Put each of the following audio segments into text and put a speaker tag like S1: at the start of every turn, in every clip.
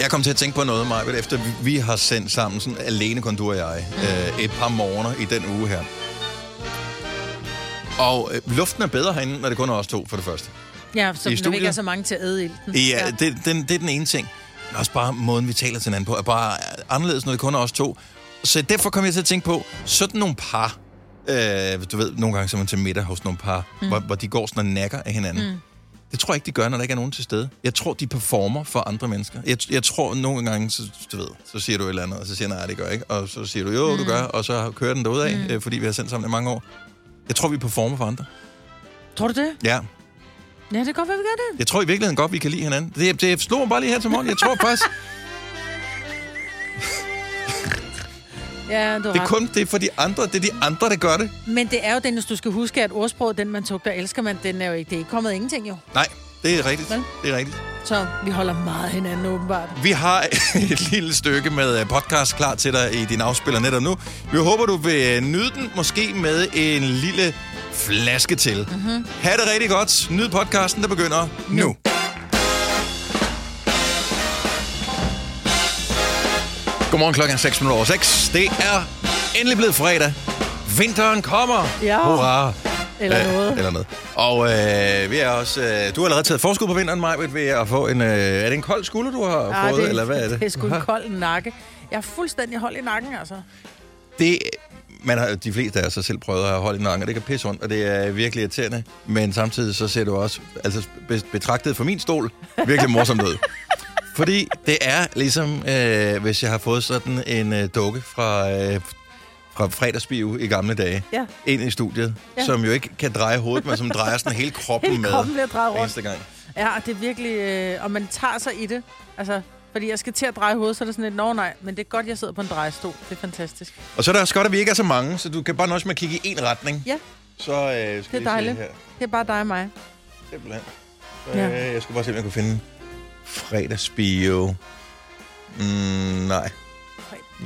S1: Jeg kom til at tænke på noget, Maja, efter vi har sendt sammen, sådan alene kun du og jeg, øh, et par morgener i den uge her. Og øh, luften er bedre herinde, når det kun er os to, for det første.
S2: Ja, så
S1: I
S2: der ikke er
S1: studiet?
S2: så mange til at æde ilten.
S1: Ja, det, den, det er den ene ting. Men også bare måden, vi taler til hinanden på, er bare anderledes, når det kun er os to. Så derfor kom jeg til at tænke på, sådan nogle par, øh, du ved, nogle gange så er man til middag hos nogle par, mm. hvor, hvor de går sådan og nakker af hinanden. Mm. Det tror jeg ikke, de gør, når der ikke er nogen til stede. Jeg tror, de performer for andre mennesker. Jeg, jeg tror nogle gange, så, du ved, så siger du et eller andet, og så siger jeg, nej, det gør jeg ikke. Og så siger du, jo, mm. du gør, og så kører den derudad, mm. øh, fordi vi har sendt sammen i mange år. Jeg tror, vi performer for andre.
S2: Tror du det?
S1: Ja,
S2: Ja, det kan godt være, vi gør det.
S1: jeg tror i virkeligheden godt, vi kan lide hinanden. Det, det slog mig bare lige her til morgen. Jeg tror faktisk,
S2: Ja, du har
S1: det er
S2: ret.
S1: kun det er for de andre. Det er de andre, der gør det.
S2: Men det er jo den, hvis du skal huske, at ordsproget, den man tog, der elsker man, den er jo ikke, det er ikke kommet af ingenting jo.
S1: Nej, det er rigtigt.
S2: Vel?
S1: Det er rigtigt.
S2: Så vi holder meget hinanden åbenbart.
S1: Vi har et lille stykke med øh, podcast klar til dig i din afspiller netop nu. Vi håber, du vil øh, nyde den, måske med en lille flaske til. Mm-hmm. Ha' det rigtig godt. Nyd podcasten, der begynder nu. nu. Godmorgen klokken er 6 minutter over 6. Det er endelig blevet fredag. Vinteren kommer.
S2: Ja.
S1: Hurra.
S2: Eller
S1: Øh,
S2: noget.
S1: Eller noget. Og øh, vi er også, øh, du har allerede taget forskud på vinteren, Maj, ved at få en... Øh, er det en kold skulder, du har
S2: Ah,
S1: fået, eller hvad er det?
S2: Det er sgu en kold nakke. Jeg er fuldstændig hold i nakken, altså.
S1: det man har, de fleste af os har selv prøvet at holde i nakken, og det kan pisse ondt, og det er virkelig irriterende. Men samtidig så ser du også, altså be- betragtet fra min stol, virkelig morsomt ud. Fordi det er ligesom, øh, hvis jeg har fået sådan en øh, dukke fra, øh, fra fredagsbio i gamle dage,
S2: Ja.
S1: ind i studiet, ja.
S2: Ja.
S1: som jo ikke kan dreje hovedet, men som drejer sådan hele kroppen
S2: Hele
S1: med.
S2: kroppen bliver drejet
S1: hver
S2: rundt.
S1: eneste gang.
S2: Ja, og det er virkelig... Øh, og man tager sig i det. Altså, fordi jeg skal til at dreje hovedet, så er det sådan lidt, nå nej, men det er godt, jeg sidder på en drejestol. Det er fantastisk.
S1: Og så er det også godt, at vi ikke er så mange, så du kan bare nøjes med at kigge i én retning.
S2: Ja,
S1: Så øh, skal det
S2: det er dejligt.
S1: her.
S2: Det er bare dig og mig.
S1: Simpelthen.
S2: Ja.
S1: Ja. Øh, jeg skulle bare se, om jeg kunne finde fredagsbio. Mm, nej.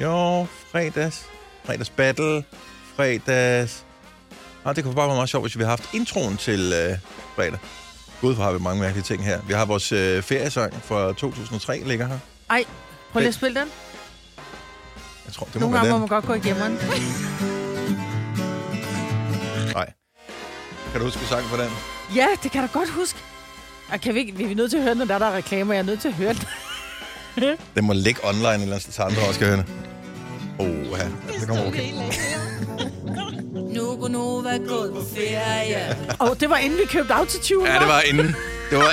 S1: Jo, fredags. Fredags battle. Fredags... Ah, det kunne bare være meget sjovt, hvis vi har haft introen til øh, fredag. Gud, hvor har vi mange mærkelige ting her. Vi har vores øh, feriesang fra 2003 ligger her.
S2: Ej, prøv lige at spille den.
S1: Jeg tror, det må
S2: Nogle
S1: være
S2: gange må man
S1: den.
S2: godt gå i gemmeren.
S1: Nej. Kan du huske sangen for den?
S2: Ja, det kan jeg da godt huske. Og kan vi, ikke, vi er nødt til at høre, den, når der er, der er reklamer. Jeg er nødt til at høre den.
S1: Den må ligge online et eller andet, sted, så andre også kan høre den. Åh, ja. Det kommer okay.
S3: Nu går Nova gået på ferie.
S2: Åh, oh, det var inden vi købte autotune,
S1: Ja, det var inden. Det var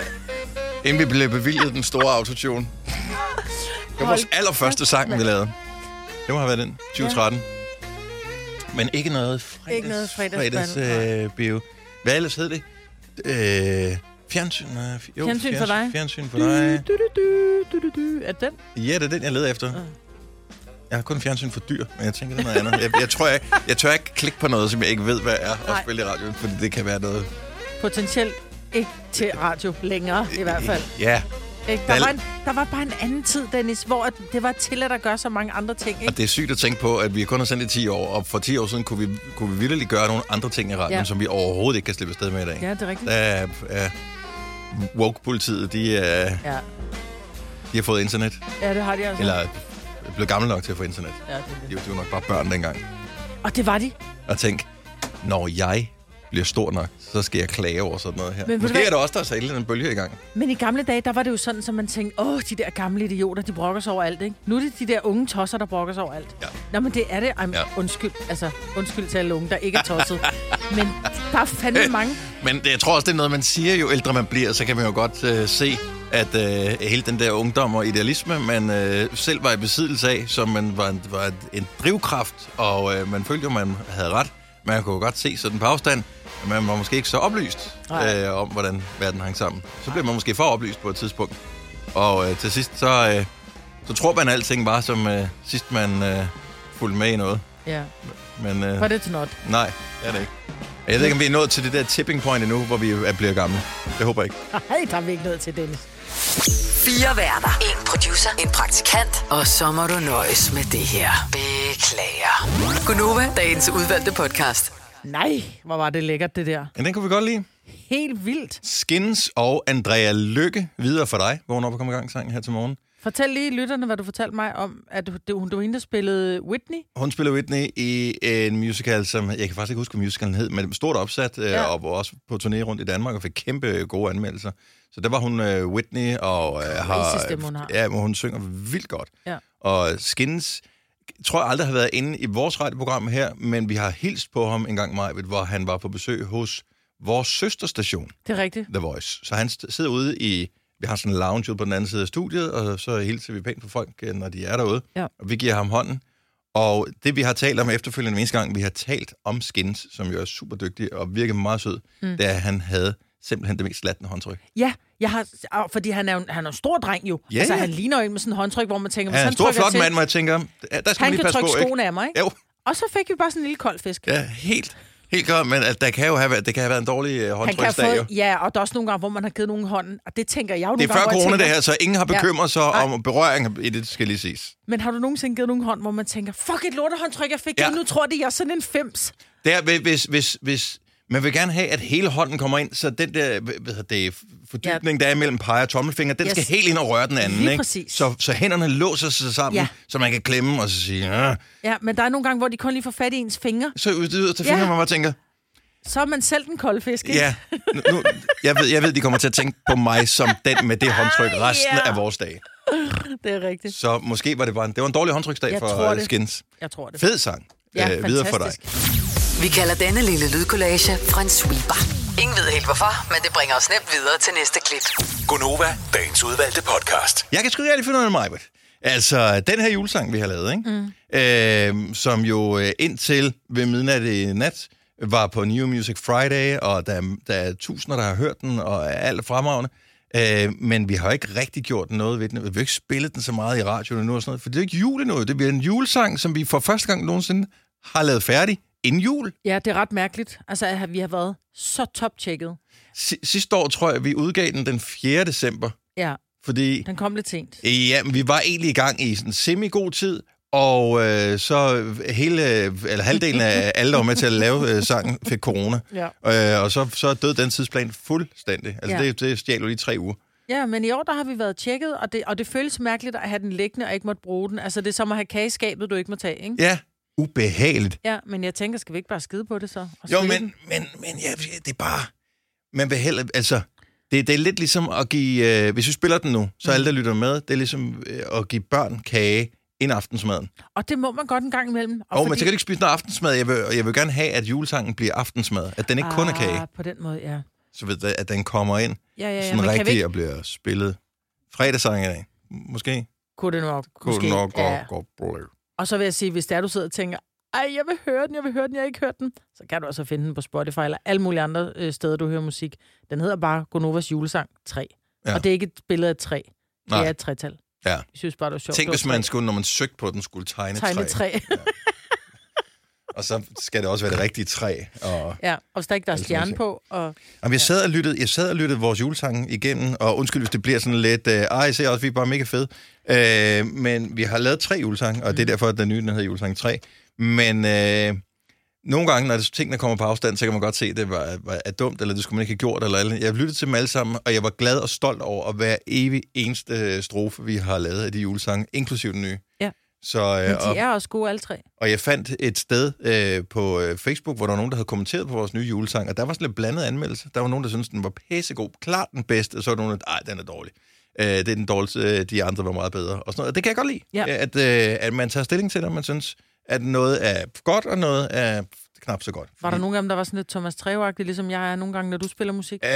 S1: inden vi blev bevilget den store autotune. Det var vores allerførste sang, vi lavede. Det må have været den, 2013. Men ikke noget fredags,
S2: Ikke noget fredagsband,
S1: fredags øh, bio. Hvad ellers hed det? Øh, fjernsyn, nej, jo,
S2: Fjernsyn for dig. Mm.
S1: Fjernsyn for dig.
S2: Du, du, du, du, du, du. Er den?
S1: Ja, det er den, jeg leder efter. Jeg har kun fjernsyn for dyr, men jeg tænker, det er noget andet. Jeg, jeg tror, jeg, jeg tør ikke klikke på noget, som jeg ikke ved, hvad er, og
S2: Nej.
S1: spille i radioen, fordi det kan være noget...
S2: Potentielt ikke til radio længere, i hvert fald.
S1: Ja,
S2: Ikke?
S1: Der er-
S2: Der, var en, der var bare en anden tid, Dennis, hvor at det var tilladt at gøre så mange andre ting. Ikke?
S1: Og det er sygt at tænke på, at vi kun har sendt i 10 år, og for 10 år siden kunne vi, kunne vi vildt gøre nogle andre ting i radioen, ja.
S2: Ja.
S1: som vi overhovedet ikke kan slippe afsted med i dag.
S2: Ja, det er rigtigt.
S1: Der er, er woke-politiet, de, er,
S2: Ja,
S1: de har fået internet,
S2: ja det har de altså.
S1: eller er blevet gamle nok til at få internet.
S2: Ja, det er
S1: De,
S2: det.
S1: var- de var nok bare børn dengang.
S2: Og det var de.
S1: Og tænk, når jeg bliver stor nok, så skal jeg klage over sådan noget her.
S2: Men ved
S1: Men,
S2: du
S1: Måske
S2: hvad?
S1: er det også der er sat en eller anden bølge i gang.
S2: Men i gamle dage, der var det jo sådan, at man tænkte, åh, de der gamle idioter, de brokker sig over alt, ikke? Nu er det de der unge tosser, der brokker sig over alt.
S1: Ja.
S2: Nå, men det er det. Ej, men
S1: Ja.
S2: undskyld, altså, undskyld til alle unge, der ikke er tosset. men der er fandme mange.
S1: Men det, jeg tror også, det er noget, man siger, jo ældre man bliver, så kan man jo godt øh, se, at øh, hele den der ungdom og idealisme, man øh, selv var i besiddelse af, som man var en, var et- en drivkraft, og øh, man følte jo, man havde ret. Man kunne jo godt se sådan på afstand, at man var måske ikke så oplyst
S2: Nej.
S1: øh, om, hvordan verden hang sammen. Så blev man måske for oplyst på et tidspunkt. Og øh, til sidst, så, øh, så tror man, at alting var, som øh, sidst man øh, fulgte med i noget.
S2: Ja,
S1: Men, øh,
S2: var det til noget?
S1: Nej, det er det ikke. Og Jeg ved ikke, om vi er nået til det der tipping point endnu, hvor vi er bliver gamle. Jeg håber ikke.
S2: Nej, der er vi ikke noget til, Dennis.
S3: Fire værter. En producer. En praktikant. Og så må du nøjes med det her. Beklager. Gunova, dagens udvalgte podcast.
S2: Nej, hvor var det lækkert, det der.
S1: Men den kunne vi godt lide.
S2: Helt vildt.
S1: Skins og Andrea Lykke videre for dig. Vågn op og kom i gang sangen her til morgen.
S2: Fortæl lige lytterne, hvad du fortalte mig om, at du, du, du var hende, der spillede Whitney.
S1: Hun spiller Whitney i en musical, som jeg kan faktisk ikke huske, hvad musicalen hed, men stort opsat, ja.
S2: Ja.
S1: og var også på turné rundt i Danmark og fik kæmpe gode anmeldelser. Så der var hun øh, Whitney, og øh, har,
S2: stemme, hun har.
S1: Ja, men hun synger vildt godt.
S2: Ja.
S1: Og Skins, tror jeg aldrig har været inde i vores radioprogram her, men vi har hilst på ham en gang, Majbet, hvor han var på besøg hos vores søsterstation.
S2: Det er rigtigt.
S1: The Voice. Så han st- sidder ude i... Vi har sådan en lounge ude på den anden side af studiet, og så hilser vi pænt på folk, øh, når de er derude.
S2: Ja.
S1: Og vi giver ham hånden. Og det, vi har talt om efterfølgende den eneste gang, vi har talt om Skins, som jo er super dygtig og virker meget sød, mm. det er, at han havde simpelthen det mest slattende håndtryk.
S2: Ja, jeg har, ah, fordi han er, jo en- han er en stor dreng jo.
S1: Ja,
S2: altså,
S1: ja.
S2: han ligner jo en med sådan en håndtryk, hvor man tænker,
S1: Han er en stor,
S2: trykker
S1: flot
S2: til,
S1: mand, hvor jeg tænker, "Ja, der skal
S2: han
S1: man lige
S2: kan
S1: passe
S2: trykke
S1: på, ikke?
S2: skoene af mig, ikke?
S1: Jo,
S2: Og så fik vi bare sådan en lille kold fisk.
S1: ja, helt, helt godt, men at der kan jo have været, det kan have været en dårlig øh,
S2: han kan have
S1: håndtryksdag, jo.
S2: fået, ja, og der er også nogle gange, hvor man har givet nogen hånden, og det tænker jeg jo
S1: Det
S2: nogle
S1: er før
S2: gange, hvor jeg
S1: corona,
S2: tænker,
S1: det her, så ingen har
S2: Ja.
S1: bekymret sig
S2: Nej.
S1: om berøring i det, skal lige ses.
S2: Men har du nogensinde givet nogen hånd, hvor man tænker, fuck et lortehåndtryk, jeg fik
S1: Ja.
S2: ja. nu tror de, jeg er sådan en fems.
S1: Der, hvis, hvis, hvis, hvis man vil gerne have, at hele hånden kommer ind, så den der hvad hedder det, fordybning, ja. der er mellem pege og tommelfinger, den yes.
S2: Yes.
S1: skal helt ind og røre den anden.
S2: Lige
S1: ikke?
S2: præcis.
S1: Så, så hænderne låser sig sammen, ja.
S2: Ja.
S1: så man kan klemme og så sige, ja.
S2: Ja, men der er nogle gange, hvor de kun lige får fat i ens fingre.
S1: så ud til yderste
S2: Ja.
S1: fingre, ja. man bare tænker,
S2: Så er man selv den kolde fisk, ikke?
S1: ja, nu, nu, jeg, ved, jeg ved, de kommer til at tænke på mig som den med det håndtryk resten
S2: Ja.
S1: af vores dag.
S2: Det er rigtigt.
S1: Så måske var det bare en, det var en dårlig håndtryksdag
S2: Jeg
S1: for
S2: tror
S1: øh,
S2: det.
S1: Skins.
S2: Jeg tror det.
S1: Fed sang. øh, videre for dig.
S3: Vi kalder denne lille lydkollage en sweeper. Ingen ved helt hvorfor, men det bringer os nemt videre til næste klip.
S4: Gunova, dagens udvalgte podcast.
S1: Jeg kan sgu ikke rigtig finde ud af mig, Altså, den her julesang, vi har lavet, ikke? Mm. Øh, som jo øh, indtil ved midnat i nat var på New Music Friday, og der, er- der er tusinder, der har hørt den, og er alt er fremragende. Øh, men vi har jo ikke rigtig gjort noget ved den. Vi har jo ikke spillet den så meget i radioen nu og sådan noget, for det er jo ikke jul endnu. Det bliver en julesang, som vi for første gang nogensinde har lavet færdig inden jul.
S2: Ja, det er ret mærkeligt. Altså, at vi har været så toptjekket.
S1: Si- sidste år, tror jeg, vi udgav den den 4. december,
S2: Ja,
S1: fordi...
S2: den kom lidt sent.
S1: Ja, men vi var egentlig i gang i sådan semi-god tid, og øh, så hele, eller halvdelen af alle, der var med til at lave øh, sangen, fik corona.
S2: Ja.
S1: Øh, og så, så døde den tidsplan fuldstændig. Altså, ja.
S2: Ja.
S1: det, det stjal jo lige tre uger.
S2: Ja, men i år, der har vi været tjekket, og det, og det føles mærkeligt at have den liggende og ikke måtte bruge den. Altså, det er som at have kageskabet, du ikke må tage, ikke?
S1: Ja, ubehageligt.
S2: Ja, men jeg tænker, skal vi ikke bare skide på det så? Og
S1: Jo,
S2: spille
S1: men,
S2: den?
S1: men, men ja, det er bare... Man vil heller, altså, det, det er lidt ligesom at give... Øh, hvis vi spiller den nu,
S2: Mm.
S1: så alle, der lytter med, det er ligesom øh, at give børn kage inden aftensmaden.
S2: Og det må man godt en gang imellem.
S1: Og, man skal ikke spise noget aftensmad. Jeg vil, og jeg vil gerne have, at julesangen bliver aftensmad. At den ikke kun er kage.
S2: Ah, på den måde, ja.
S1: så ved jeg, at den kommer ind
S2: Ja, ja, ja.
S1: sådan
S2: men kan vi
S1: rigtig
S2: ikke...
S1: og bliver spillet fredagsang i dag. Måske.
S2: Kunne det nok.
S1: Kunne
S2: måske,
S1: den nok
S2: ja.
S1: godt blive.
S2: Og så vil jeg sige, hvis det er, du sidder og tænker, ej, jeg vil høre den, jeg vil høre den, jeg har ikke hørt den, så kan du altså finde den på Spotify eller alle mulige andre øh, steder, du hører musik. Den hedder bare Gonovas julesang 3.
S1: Ja.
S2: Ja. Og det er ikke et billede af et træ. Det
S1: Nej.
S2: er et tretal.
S1: Ja.
S2: Jeg synes bare, det var sjovt.
S1: Tænk,
S2: Det var
S1: hvis man
S2: tre.
S1: skulle, når man søgte på den, skulle tegne,
S2: tegne
S1: et træ.
S2: træ.
S1: Og så skal det også være det rigtige træ. Og...
S2: ja, og hvis der ikke der er
S1: Altså,
S2: stjerne
S1: musik.
S2: på. Og...
S1: Jamen, jeg, sad og lyttede, jeg sad og lyttede vores julesange igennem, og undskyld, hvis det bliver sådan lidt... Øh, ej, se også, vi er bare mega fede. Øh, men vi har lavet tre julesange, og det er
S2: Mm.
S1: derfor, at den nye den hedder julesang 3. Men øh, nogle gange, når tingene kommer på afstand, så kan man godt se, at det var, var er dumt, eller det skulle man ikke have gjort. Eller, eller. Jeg lyttede til dem alle sammen, og jeg var glad og stolt over at hver evig eneste øh, strofe, vi har lavet af de julesange, inklusiv den nye.
S2: Ja.
S1: Så, øh,
S2: Men
S1: og,
S2: de er også gode, alle tre.
S1: og jeg fandt et sted øh, på øh, Facebook, hvor der var nogen, der havde kommenteret på vores nye julesang, og der var sådan lidt blandet anmeldelse. Der var nogen, der syntes, den var pissegod, klart den bedste, og så var der nogen, der nej, den er dårlig. Øh, det er den dårligste, øh, de andre var meget bedre. Og sådan noget. Og Det kan jeg godt lide,
S2: Ja.
S1: at, øh, at man tager stilling til det, og man synes, at noget er godt, og noget er knap så godt.
S2: Var der nogle af dem, der var sådan lidt Thomas Treve ligesom jeg er nogle gange, når du spiller musik?
S1: Øh,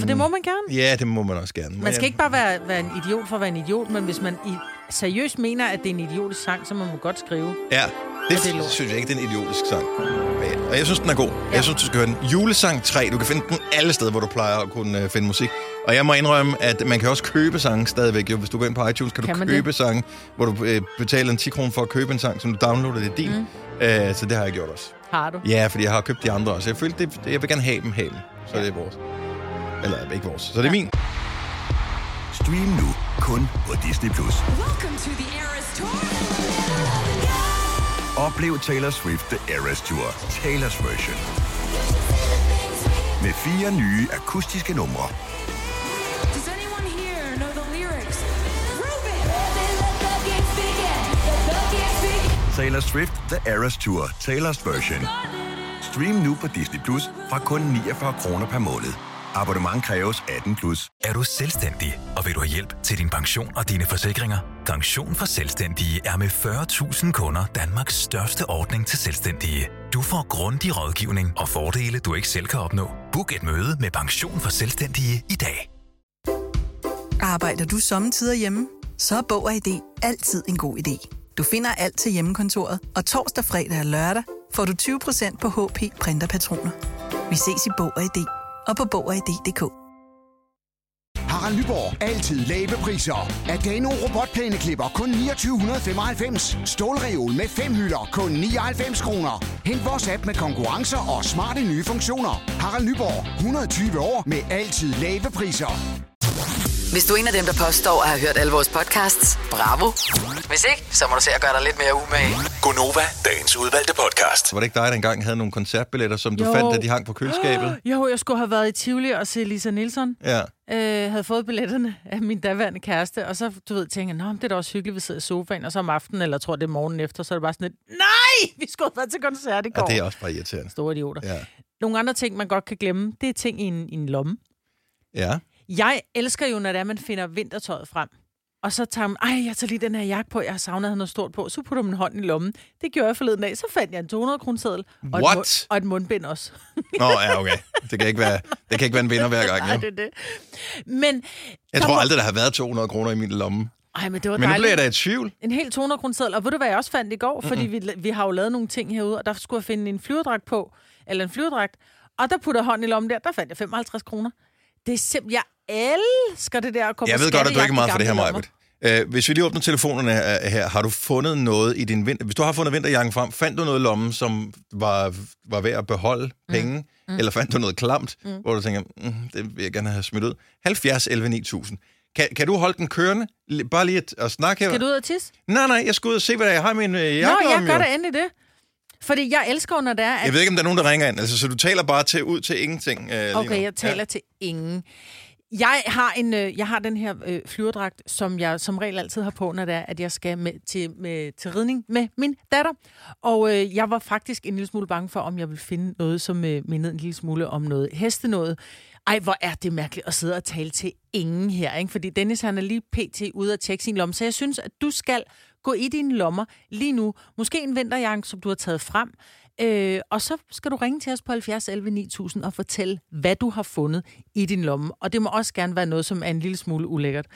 S2: For det må man gerne.
S1: Ja, det må man også gerne.
S2: Man skal ikke bare være, være en idiot for at være en idiot, men hvis man i, seriøst mener, at det er en idiotisk sang, så må man godt skrive.
S1: Ja, det,
S2: det er
S1: det
S2: lort.
S1: synes jeg ikke, det er en idiotisk sang. Men- Og jeg synes, den er god. Ja. Jeg synes, du skal høre den. Julesang 3. Du kan finde den alle steder, hvor du plejer at kunne øh, finde musik. Og jeg må indrømme, at man kan også købe sange stadigvæk. Jo, hvis du går ind på iTunes, kan,
S2: Kan
S1: du
S2: man
S1: købe
S2: det?
S1: sange, hvor du øh, betaler en 10 kroner for at købe en sang, som du downloader, det er din. Mm. Øh, så det har jeg gjort også.
S2: Har du?
S1: Ja, fordi jeg har købt de andre også. Jeg følte, det, det- jeg vil gerne have dem, have dem. Så det er vores. Eller ikke vores. Så det er
S2: Ja.
S1: min.
S4: Stream nu kun på Disney+. Plus.
S5: Welcome to the Eras Tour.
S4: Oplev Taylor Swift The Eras Tour, Taylor's version. Med fire nye akustiske numre.
S5: Does anyone here know the lyrics?
S4: Taylor Swift The Eras Tour, Taylor's version. Stream nu på Disney Plus fra kun 49 kroner per måned. Abonnement kræves 18 plus.
S6: Er du selvstændig, og vil du have hjælp til din pension og dine forsikringer? Pension for Selvstændige er med 40.000 kunder Danmarks største ordning til selvstændige. Du får grundig rådgivning og fordele, du ikke selv kan opnå. Book et møde med Pension for Selvstændige i dag.
S7: Arbejder du sommetider hjemme? Så er Bog og ID altid en god idé. Du finder alt til hjemmekontoret, og torsdag, fredag og lørdag får du 20% på HP printerpatroner. Vi ses i Bog og ID og på Bog og ID.dk.
S8: Harald Nyborg. Altid lave priser. Adano robotplæneklipper kun 2995. Stålreol med fem hylder kun 99 kroner. Hent vores app med konkurrencer og smarte nye funktioner. Harald Nyborg. 120 år med altid lave priser.
S3: Hvis du er en af dem, der påstår at have hørt alle vores podcasts, bravo. Hvis ikke, så må du se at gøre dig lidt mere umage.
S6: Gonova, dagens udvalgte podcast.
S1: Var det ikke dig, der engang havde nogle koncertbilletter, som du
S2: Jo.
S1: fandt, da de hang på køleskabet?
S2: Jo, jeg skulle have været i Tivoli og se Lisa Nielsen.
S1: Ja.
S2: øh, havde fået billetterne af min daværende kæreste, og så, du ved, tænker jeg, "Nå, men det er da også hyggeligt, vi sidder i sofaen, og så om aftenen, eller jeg tror, det er morgenen efter, så er det bare sådan et, nej, vi skulle have været til koncert i
S1: ja,
S2: går.
S1: det er også bare irriterende.
S2: Store idioter. Ja.
S1: Ja.
S2: Nogle andre ting, man godt kan glemme, det er ting i en, i en lomme.
S1: ja.
S2: Jeg elsker jo, når det er, man finder vintertøjet frem. Og så tager man, ej, jeg tager lige den her jakke på, jeg har savnet at have noget stort på. Så putter man hånden i lommen. Det gjorde jeg forleden dag. Så fandt jeg en 200 kroneseddel og, et
S1: What?
S2: mund- og et mundbind også.
S1: Nå, ja, okay. Det kan ikke være, det kan ikke være en vinder hver gang,
S2: Nej,
S1: jo.
S2: det er det. Men,
S1: Jeg
S2: der
S1: tror
S2: må-
S1: aldrig, der har været 200 kroner i min lomme.
S2: Ej, men det var
S1: Men nu
S2: dejligt.
S1: bliver jeg da i tvivl.
S2: En helt 200 kroner seddel. Og ved du, hvad jeg også fandt i går? Fordi vi, vi har jo lavet nogle ting herude, og der skulle jeg finde en flyverdragt på. Eller en flyverdragt. Og der putter jeg hånden i lommen der. Der fandt jeg 55 kroner. Det er simpelthen... Jeg elsker det der at komme
S1: Jeg ved godt, at du ikke er meget for det her, Majbet. Øh, hvis vi lige åbner telefonerne her, øh, her, har du fundet noget i din vinter... Hvis du har fundet vinterjakken frem, fandt du noget i lommen, som var, var værd at beholde penge? Mm. Eller fandt du noget klamt, mm. hvor du tænker, mm, det vil jeg gerne have smidt ud? 70 11 9000. Kan, kan du holde den kørende? L- Bare lige at, at snakke her.
S2: Skal du ud og tisse?
S1: Nej, nej, jeg skal ud og se, hvad der er. jeg har i min øh, jakke
S2: Nå, jeg
S1: om,
S2: gør
S1: jo.
S2: da endelig det. Fordi jeg elsker, jo, når det er... At...
S1: Jeg ved ikke, om der er nogen, der ringer ind. Altså, så du taler bare til, ud til ingenting. Øh, lige
S2: Okay,
S1: nu.
S2: jeg taler ja. til ingen. Jeg har, en, øh, jeg har den her øh, flyverdragt, som jeg som regel altid har på, når det er, at jeg skal med til, med, til ridning med min datter. Og øh, jeg var faktisk en lille smule bange for, om jeg ville finde noget, som øh, mindede en lille smule om noget heste noget. Ej, hvor er det mærkeligt at sidde og tale til ingen her, ikke? Fordi Dennis, han er lige pt. ude at tjekke sin lomme. Så jeg synes, at du skal gå i dine lommer lige nu. Måske en vinterjakke, som du har taget frem. Øh, og så skal du ringe til os på 70 11 9000 og fortælle, hvad du har fundet i din lomme. Og det må også gerne være noget, som er en lille smule ulækkert.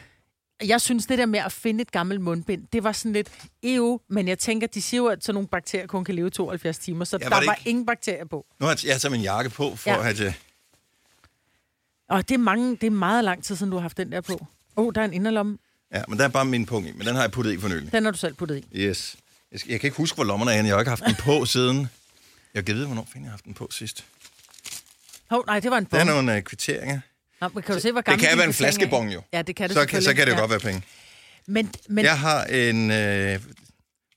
S2: Jeg synes, det der med at finde et gammelt mundbind, det var sådan lidt EU, men jeg tænker, de siger jo, at sådan nogle bakterier kun kan leve 72 timer, så
S1: Ja,
S2: ja,
S1: var
S2: var der
S1: det
S2: var
S1: ikke-
S2: ingen bakterier på.
S1: Nu har jeg, jeg taget min jakke på, for ja.
S2: Ja.
S1: at... Øh,
S2: Og det er, mange, det er meget lang tid siden, du har haft den der på. Åh, oh, der er en inderlomme.
S1: ja, men der er bare min punkt i, men den har jeg puttet i for nylig.
S2: Den har du selv puttet i.
S1: Yes. Jeg, skal, jeg kan ikke huske, hvor lommerne er henne. Jeg har ikke haft den på siden... Jeg kan vide, hvornår fanden jeg har haft den på sidst.
S2: Hov, oh, nej, det var en
S1: Der
S2: bong.
S1: er nogle øh, kvitteringer.
S2: Nå, men kan du se, hvor
S1: Det
S2: gammel
S1: kan
S2: din
S1: være en
S2: bassin er?
S1: flaskebong jo.
S2: Ja, det kan det
S1: så, kan, så kan det jo godt være penge.
S2: Men, men
S1: Jeg har en... Øh...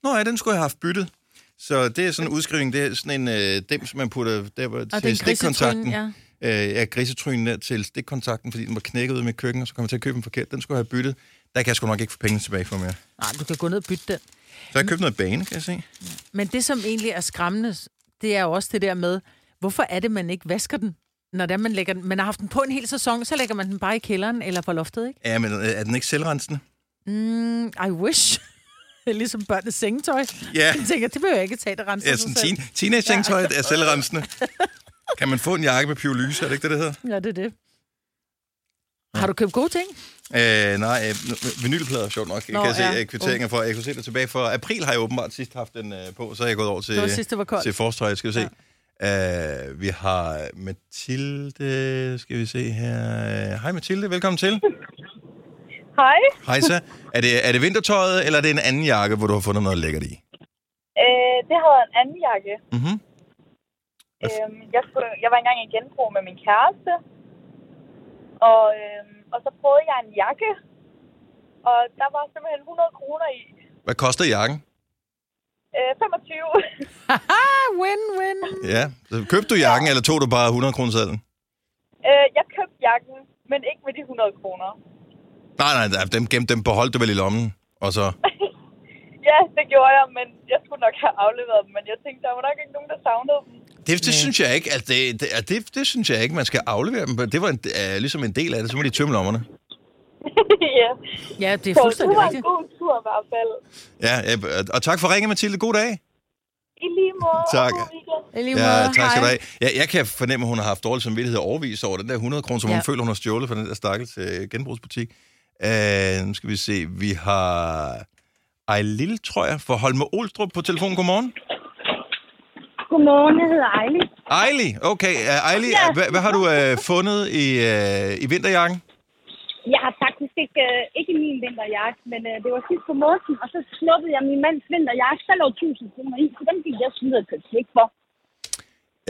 S1: Nå ja, den skulle jeg have haft byttet. Så det er sådan en udskrivning. Det er sådan en øh, dem, som man putter der hvor,
S2: er
S1: til
S2: en grisetryn,
S1: stikkontakten. Ja. Øh, ja, grisetrynen der til stikkontakten, fordi den var knækket ud med køkken, og så kom jeg til at købe den forkert. Den skulle jeg have byttet. Der kan jeg sgu nok ikke få pengene tilbage for mere.
S2: nej, du kan gå ned og bytte den.
S1: Så jeg købte noget bane, kan jeg se.
S2: Men det, som egentlig er skræmmende, det er jo også det der med, hvorfor er det, man ikke vasker den? Når det er, man, lægger den, man har haft den på en hel sæson, så lægger man den bare i kælderen eller på loftet, ikke?
S1: Ja, men øh, er den ikke selvrensende?
S2: Mm, I wish. Det er ligesom børnenes sengetøj.
S1: Ja.
S2: Jeg tænker, det behøver jeg ikke tage, det renser
S1: Ja,
S2: sig
S1: sådan
S2: selv.
S1: teen, teenage-sengetøjet er selvrensende. Kan man få en jakke med pyrolyse, er det ikke det, det hedder?
S2: Ja, det er det. Har du købt gode ting?
S1: Øh, nej, øh, nu- vinylplader, sjovt nok, Nå,
S2: Nå,
S1: kan jeg se
S2: ja. Oh.
S1: ja. kvitteringer for. Jeg kunne se det tilbage for april har jeg åbenbart sidst haft den øh, på, så er jeg gået over til,
S2: Det var sidst, det var koldt.
S1: til forstøj, skal vi se. Ja. Øh, vi har Mathilde, skal vi se her. Øh, Hej Mathilde, velkommen til.
S9: Hej.
S1: Hej så. Er det, er det vintertøjet, eller er det en anden jakke, hvor du har fundet noget lækkert i?
S9: Øh, det har været en anden jakke.
S1: Mhm.
S9: Øhm, jeg, skulle, jeg var engang i genbrug med min kæreste. Og, øhm, og så prøvede jeg en jakke. Og der var simpelthen 100 kroner i.
S1: Hvad koster jakken?
S9: Øh, 25.
S2: Haha, win, win.
S1: Ja, så købte du jakken, eller tog du bare 100 kroner sædlen?
S9: øh, jeg købte jakken, men ikke med de 100 kroner.
S1: Nej, nej, nej, dem, gem, dem beholdt du vel i lommen, og så...
S9: Ja,
S10: Ja, det gjorde jeg, men jeg skulle nok have afleveret dem, men jeg tænkte, der var nok ikke nogen, der savnede dem.
S1: Det, det synes jeg ikke, altså det, det, altså, det, det synes jeg ikke, man skal aflevere dem. Det var en, uh, ligesom en del af det, så må de tømme lommerne.
S10: ja.
S2: Ja, det er
S10: Så
S2: fuldstændig
S10: det var
S2: rigtigt.
S10: en god tur i hvert fald.
S1: Ja, øh, og tak for ringen, Mathilde. God dag.
S10: I lige måde. og
S1: Tak.
S10: god weekend.
S2: I lige
S1: Ja,
S2: måde.
S1: tak skal du
S2: Hej.
S1: have. Ja, jeg kan fornemme, at hun har haft dårlig samvittighed og overvis over den der 100 kroner, som ja.
S2: Ja.
S1: hun føler, hun har stjålet fra den der stakkels øh, genbrugsbutik. Øh, nu skal vi se. Vi har Ej Lille, tror jeg, for Holme Olstrup på telefon. Godmorgen.
S11: Godmorgen, jeg hedder Ejli.
S1: Ejli, okay. øh, Ejli, ja. hvad, hvad har du øh, fundet i, øh, i vinterjakken?
S11: Jeg har faktisk ikke, øh, ikke min vinterjakke, men øh, det var sidst på måneden, og så snuppede jeg min mands vinterjakke. Der lå 1000 kroner i, så den gik jeg sådan ud og købte slik for.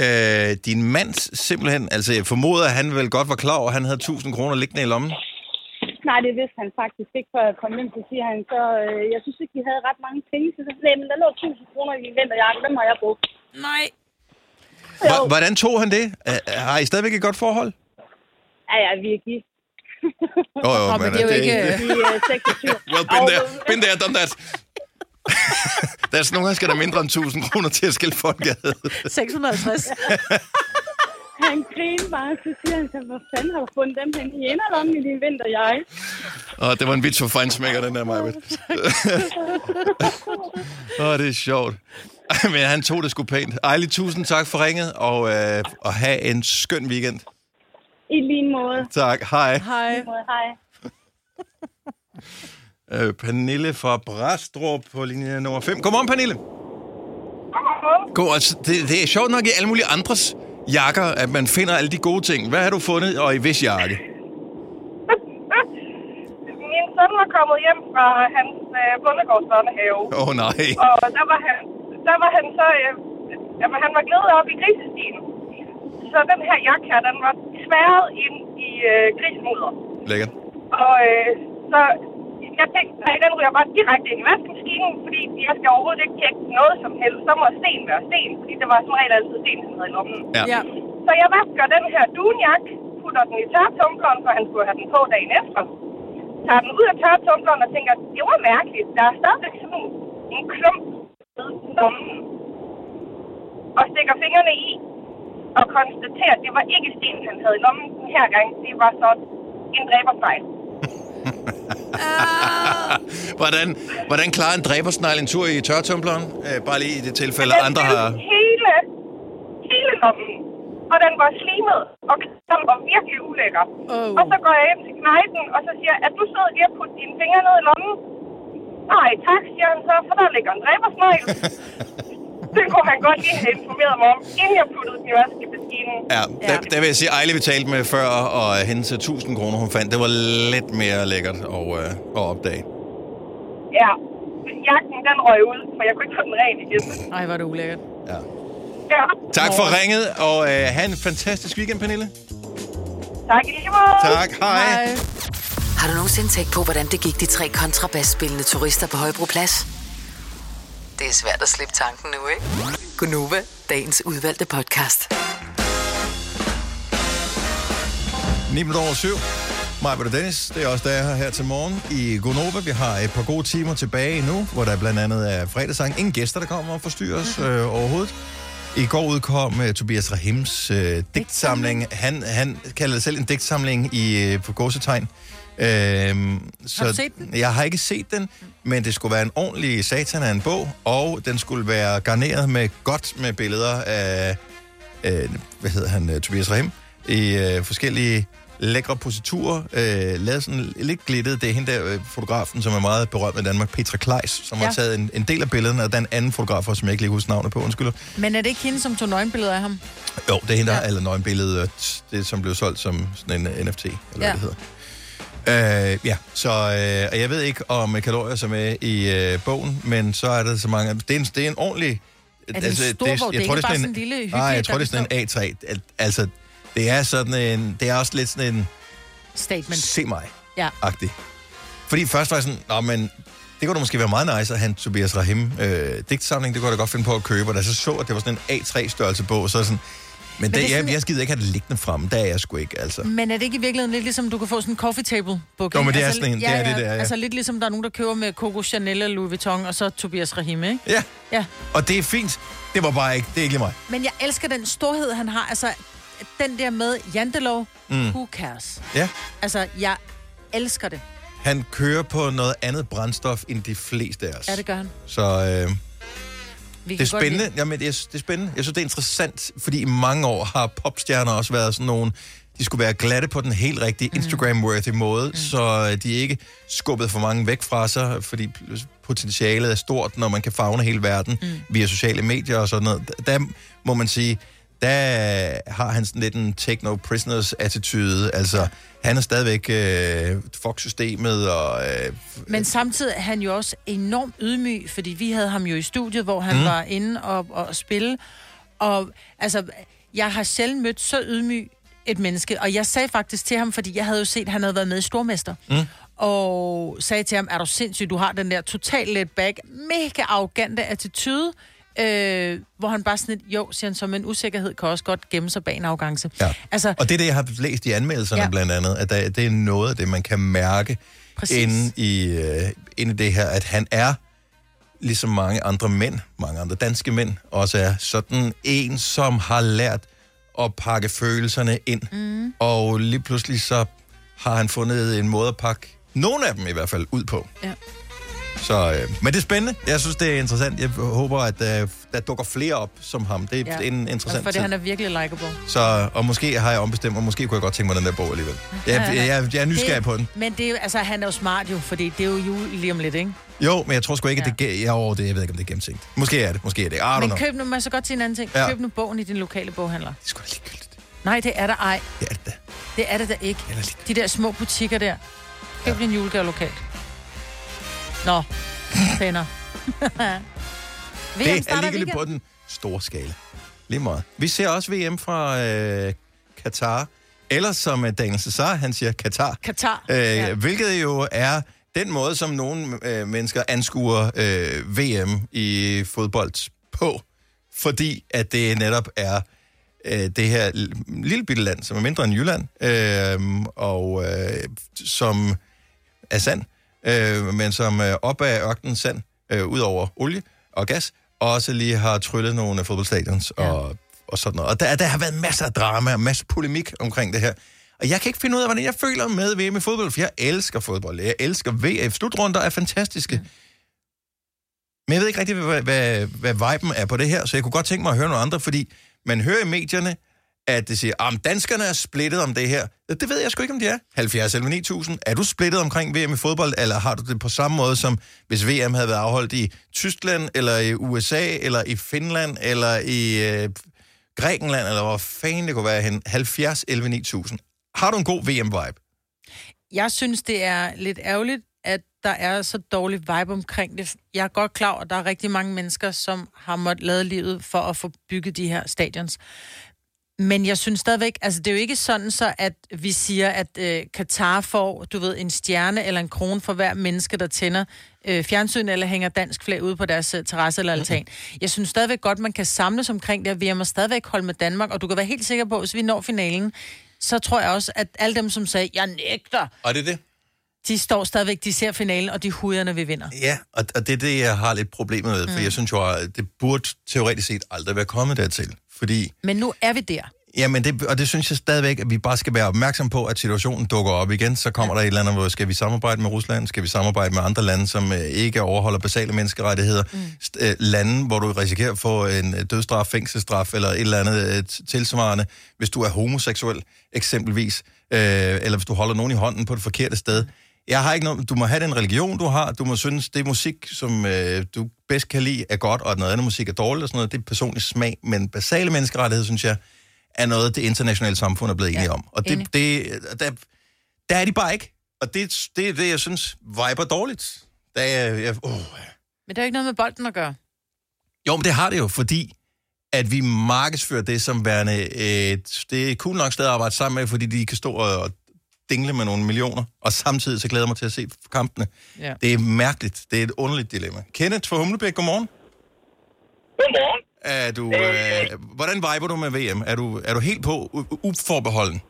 S1: Øh, din mand simpelthen, altså jeg formoder, at han vel godt var klar over, at han havde 1000 kroner liggende i lommen.
S11: Nej, det vidste han faktisk ikke, før jeg kom hjem, så siger han, så øh, jeg synes ikke, vi havde ret mange penge, så så sagde jeg, men der lå 1000 kroner i min vinterjakke, dem har jeg brugt.
S2: Nej.
S1: H- hvordan tog han det? Øh, har I stadigvæk et godt forhold?
S11: Ja, ja, vi er gift.
S1: Jo, jo, altså,
S2: Nå, men det er jo ikke...
S11: Vi er øh, 26.
S1: Well, been there,
S11: øh,
S1: been there, done that. Der er sådan nogle, der skal der mindre end 1000 kroner til at skille folk ad.
S2: 650.
S11: Han griner bare, så siger han så, hvor fanden har du fundet dem hen i inderlommen i din vinterjakke?
S1: Og det var en vits for fejnsmækker, den der, Majbet. Åh, oh, det er sjovt. Ej, Men han tog det sgu pænt. Ejlig, tusind tak for ringet, og, øh, og have en skøn weekend.
S11: I lige måde.
S1: Tak, hej.
S2: Hej.
S11: I lige måde. Hej.
S1: Øh, Pernille fra Brastrup på linje nummer 5. Godmorgen, Pernille. God, altså, det, det er sjovt nok i alle mulige andres jakker, at man finder alle de gode ting. Hvad har du fundet, og i hvis jakke?
S10: Min søn var kommet hjem fra hans øh, bundegårds børnehave,
S1: Åh, oh, nej.
S10: og der var han, der var han så... Øh, jamen, han var glædet op i grisestien. Så den her jakke her, den var tværet ind i øh, grismudder.
S1: Lækkert.
S10: Og øh, så jeg tænkte, nej, den ryger bare direkte ind i vaskemaskinen, fordi jeg skal overhovedet ikke tjekke noget som helst. Så må sten være sten, fordi det var som regel altid sten, som havde i lommen.
S2: Ja.
S10: Så jeg vasker den her dunjakke, putter den i tørretumbleren, for han skulle have den på dagen efter. Tager den ud af tørretumbleren og tænker, det var mærkeligt. Der er stadigvæk sådan en, en klump ved lommen. Og stikker fingrene i og konstaterer, at det var ikke sten, han havde i lommen den her gang. Det var så en dræberfejl.
S1: Hvordan, hvordan klarer en dræbersnegl en tur i tørretumbleren? Øh, bare lige i det tilfælde,
S10: Den
S1: andre
S10: fyldte
S1: har...
S10: Hele, hele lommen. Og den var slimet, og den var virkelig ulækker.
S2: Oh.
S10: Og så går jeg ind til knejten, og så siger jeg, at du sidder lige og putte dine fingre ned i lommen. Nej, tak, siger han så, for der ligger en dræbersnegl. det kunne han godt lige have informeret mig om, inden jeg puttede den i vaskemaskinen.
S1: Ja, der, der vil jeg sige, Ejle, vi talte med før, og hendes 1000 kroner, hun fandt, det var lidt mere lækkert at, øh, at opdage.
S10: Ja, men jakken, den røg ud, for jeg kunne ikke få den ren igen.
S2: Ej, var det ulækkert.
S1: Ja.
S10: Ja,
S1: Tak for ringet, og øh, have en fantastisk weekend, Pernille.
S10: tak i lige måde.
S1: Tak, hej. hej.
S3: Har du nogensinde tænkt på, hvordan det gik de tre kontrabasspillende turister på Højbroplads? Det er svært at slippe tanken nu, ikke? Gunova, dagens udvalgte podcast.
S1: 9 minutter over 7. Mig og Dennis, det er også der her, her til morgen i Gonova. Vi har et par gode timer tilbage nu, hvor der blandt andet er fredagssang. Ingen gæster, der kommer og forstyrrer os
S2: Mhm.
S1: øh, overhovedet. I går udkom uh, Tobias Rahims uh, digtsamling. Han, han kalder det selv en digtsamling i, uh, på gåsetegn. Uh, så
S2: Har du set den?
S1: Jeg har ikke set den, men det skulle være en ordentlig satan af en bog, og den skulle være garneret med godt med billeder af øh, hvad hedder han, øh, Tobias Rahim, i øh, forskellige lækre positurer, øh, lavet sådan lidt glittet. Det er hende der, øh, fotografen, som er meget berømt i Danmark, Petra Kleis, som ja.
S2: Ja.
S1: har taget en, en del af billederne, og der er en anden fotograf, også, som jeg ikke lige husker navnet på, undskyld.
S2: Men er det ikke hende, som tog nøgenbilleder af ham?
S1: Jo, det er hende, der
S2: Ja.
S1: ja. har nøgenbilledet, det som blev solgt som sådan en øh, NFT, eller ja. hvad
S2: Ja.
S1: det hedder. Øh, ja, så øh, og jeg ved ikke, om øh, kalorier er med i øh, bogen, men så er der så mange... Det er en, det er en ordentlig... altså,
S2: det en stor bog? Det er ikke bare sådan en lille,
S1: Nej, jeg
S2: hyggelig,
S1: tror, det er sådan en A3. Al- Altså, det er sådan en... Det er også lidt sådan en
S2: Statement.
S1: se mig
S2: Ja.
S1: agtig Fordi først var jeg sådan, Nå, men det kunne da måske være meget nice at have en Tobias Rahim øh, digtsamling, det kunne jeg da godt finde på at købe. Og da jeg så så, at det var sådan en A3-størrelse bog, så er jeg sådan, Men
S2: det
S1: det,
S2: er
S1: jeg,
S2: sådan-
S1: jeg gider ikke have det liggende fremme. Der er jeg sgu ikke, altså.
S2: Men er det ikke i virkeligheden lidt ligesom, du kan få sådan en coffee table book?
S1: Jo, men
S2: ikke?
S1: det er sådan en.
S2: ja,
S1: Det er
S2: ja.
S1: det, det er, ja.
S2: Altså lidt ligesom, der er nogen, der køber med Coco Chanel og Louis Vuitton, og så Tobias Rahim, ikke?
S1: Ja,
S2: Ja.
S1: og det er fint. Det var bare ikke, det er ikke lige mig.
S2: Men jeg elsker den storhed, han har. Altså, den der med Jantelov, mm.
S1: Mm.
S2: who cares?
S1: Ja,
S2: Altså, jeg elsker det.
S1: han kører på noget andet brændstof end de fleste af os.
S2: Ja, det gør han.
S1: Så øh,
S2: Vi
S1: det er
S2: kan godt
S1: spændende.
S2: lide-
S1: Jamen, det, er, det er spændende. Jeg synes, det er interessant, fordi i mange år har popstjerner også været sådan nogle... De skulle være glatte på den helt rigtige Instagram-worthy måde, mm. så de ikke skubbede for mange væk fra sig, fordi potentialet er stort, når man kan fagne hele verden mm. via sociale medier og sådan noget. Der må man sige, der har han sådan lidt en techno-prisoners-attitude. Altså, han er stadigvæk øh, fuck-systemet og... Øh,
S2: Men samtidig er han jo også enormt ydmyg, fordi vi havde ham jo i studiet, hvor han mm. var inde og, og spille. Og altså, jeg har sjældent mødt så ydmyg et menneske. Og jeg sagde faktisk til ham, fordi jeg havde jo set, at han havde været med i Stormester. Mm. Og sagde til ham, er du sindssyg, du har den der total let back, mega arrogante attitude. Øh, hvor han bare sådan lidt, jo, siger han så, men usikkerhed kan også godt gemme sig bag en arrogance.
S1: Ja.
S2: Altså,
S1: Og det er det, jeg har læst i anmeldelserne
S2: Ja.
S1: ja. blandt andet, at der, det er noget af det, man kan mærke
S2: Præcis.
S1: inde i, øh, inde i det her, at han er, ligesom mange andre mænd, mange andre danske mænd, også er sådan en, som har lært at pakke følelserne ind. Mm. Og lige pludselig så har han fundet en måde at pakke nogle af dem i hvert fald ud på.
S2: Ja.
S1: Så, øh, men det er spændende. Jeg synes, det er interessant. Jeg håber, at øh, der dukker flere op som ham. Det er ja. en interessant
S2: Fordi
S1: tid.
S2: han er virkelig likable.
S1: Så, og måske har jeg ombestemt, og måske kunne jeg godt tænke mig den der bog alligevel. Jeg, jeg, jeg, jeg er nysgerrig
S2: det,
S1: på den.
S2: Men det er, jo- altså, han er jo smart jo, fordi det er jo jul lige om lidt, ikke?
S1: Jo, men jeg tror sgu ikke, at
S2: Ja.
S1: det, ja. jeg, over det, jeg ved ikke, om det er gennemtænkt. Måske er det, måske er det. ikke. I don't
S2: Men
S1: know.
S2: køb nu, må jeg så godt til en anden ting. Ja.
S1: Ja.
S2: Køb nu bogen i din lokale boghandler.
S1: Det er sgu da ligegyldigt.
S2: Nej, det er der ej.
S1: Det er det da.
S2: Det er det der ikke.
S1: Eller lige-
S2: De der små butikker der. Køb ja. din julegave lokalt. Nå, tænder. VM
S1: Det er
S2: starter
S1: ligegyldigt
S2: weekend.
S1: på den store skala. Lige meget. Vi ser også VM fra øh, Katar. Eller som øh, Daniel Cesar, han siger Katar.
S2: Katar.
S1: Øh,
S2: ja.
S1: ja. Hvilket jo er den måde, som nogle øh, mennesker anskuer øh, VM i fodbold på. Fordi at det netop er øh, det her l- lille bitte land, som er mindre end Jylland, øh, og øh, som af sand, øh, men som øh, op af ørkenen sand, øh, ud over olie og gas, også lige har tryllet nogle af fodboldstadions ja. og, og sådan noget. Og der, der har været masser af drama og masser af polemik omkring det her. Og jeg kan ikke finde ud af, hvordan jeg føler med VM i fodbold, for jeg elsker fodbold. Jeg elsker VF. Slutrunder er fantastiske. Mm. Men jeg ved ikke rigtig, hvad, hvad, hvad viben er på det her, så jeg kunne godt tænke mig at høre nogle andre, fordi man hører i medierne, at det siger, at danskerne er splittet om det her. Ja, Det ved jeg sgu ikke, om de er. 70 eller 9000. Er du splittet omkring VM i fodbold, eller har du det på samme måde, som hvis VM havde været afholdt i Tyskland, eller i USA, eller i Finland, eller i øh, Grækenland, eller hvor fanden det kunne være hen. 70 11 9000. Har du en god VM-vibe?
S2: Jeg synes, det er lidt ærgerligt, at der er så dårlig vibe omkring det. Jeg er godt klar over, at der er rigtig mange mennesker, som har måttet lade livet for at få bygget de her stadions. Men jeg synes stadigvæk, altså det er jo ikke sådan så, at vi siger, at øh, Katar får, du ved, en stjerne eller en krone for hver menneske, der tænder øh, fjernsyn eller hænger dansk flag ude på deres øh, terrasse eller altan. Jeg synes stadigvæk godt, man kan samles omkring det, og vi må stadigvæk holde med Danmark, og du kan være helt sikker på, hvis vi når finalen, så tror jeg også, at alle dem, som sagde, jeg nægter,
S1: Og det er det.
S2: de står stadigvæk, de ser finalen, og de huderne vi vinder.
S1: Ja, og, og det er det, jeg har lidt problemer med, for jeg synes jo, at det burde teoretisk set aldrig være kommet dertil. Fordi
S2: Men nu er vi der.
S1: Jamen, det, og det synes jeg stadigvæk, at vi bare skal være opmærksom på, at situationen dukker op igen. Så kommer der et eller andet, hvor skal vi samarbejde med Rusland? Skal vi samarbejde med andre lande, som øh, ikke overholder basale menneskerettigheder? Mm. St- øh, lande, hvor du risikerer at få en øh, dødsstraf, fængselsstraf eller et eller andet øh, t- tilsvarende, hvis du er homoseksuel eksempelvis, øh, eller hvis du holder nogen i hånden på det forkerte sted. Jeg har ikke noget, du må have den religion, du har. Du må synes, det musik, som øh, du bedst kan lide, er godt, og at noget andet musik er dårligt og sådan noget. Det er personlig smag, men basale menneskerettigheder, synes jeg, er noget, det internationale samfund er blevet enige om. Og
S2: enig.
S1: det, det, der, der er de bare ikke. Og det, det er det, jeg synes, viber dårligt. Der er, jeg, oh.
S2: Men det er jo ikke noget med bolden at gøre.
S1: Jo, men det har det jo, fordi at vi markedsfører det som værende et, det er et cool nok sted at arbejde sammen med, fordi de kan stå og, og dingle med nogle millioner, og samtidig så glæder jeg mig til at se kampene.
S2: Ja.
S1: Det er mærkeligt. Det er et underligt dilemma. Kenneth fra Humlebæk, godmorgen.
S9: Godmorgen.
S1: Er du, øh, hvordan viber du med VM? Er du, er du helt på u- uforbeholden?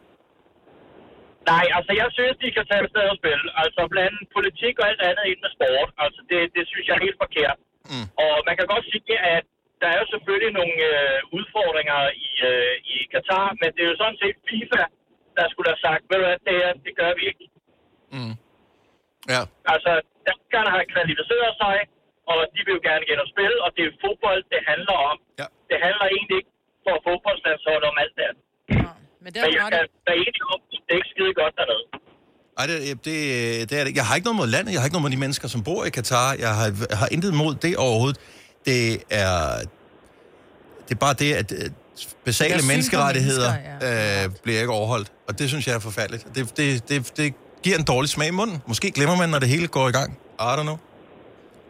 S12: Nej, altså jeg synes, de kan tage afsted og spille. Altså blande politik og alt andet ind med sport. Altså det, det synes jeg er helt forkert. Mm. Og man kan godt sige, at der er jo selvfølgelig nogle øh, udfordringer i, øh, i Katar, men det er jo sådan set FIFA, der skulle have sagt, ved du hvad, det, her, det gør vi ikke.
S1: Mm. Ja.
S12: Altså, danskerne har kvalificeret sig, og de vil jo gerne igen at spille, og det er fodbold, det handler om.
S1: Ja.
S12: Det handler egentlig ikke for fodboldlandsholdet om alt det andet.
S2: Men
S12: Men jeg kan være enig om, at det er ikke skide godt dernede.
S1: Ej, det, det, øh, det er det. ikke. Jeg har ikke noget mod landet, jeg har ikke noget mod de mennesker, som bor i Katar. Jeg har, jeg har intet mod det overhovedet. Det er, det er bare det, at øh, basale
S6: Det er synd for
S1: menneskerettigheder
S6: mennesker,
S1: øh, bliver ikke overholdt. Og det synes jeg er forfærdeligt. Det, det, det, det giver en dårlig smag i munden. Måske glemmer man, når det hele går i gang. I don't know.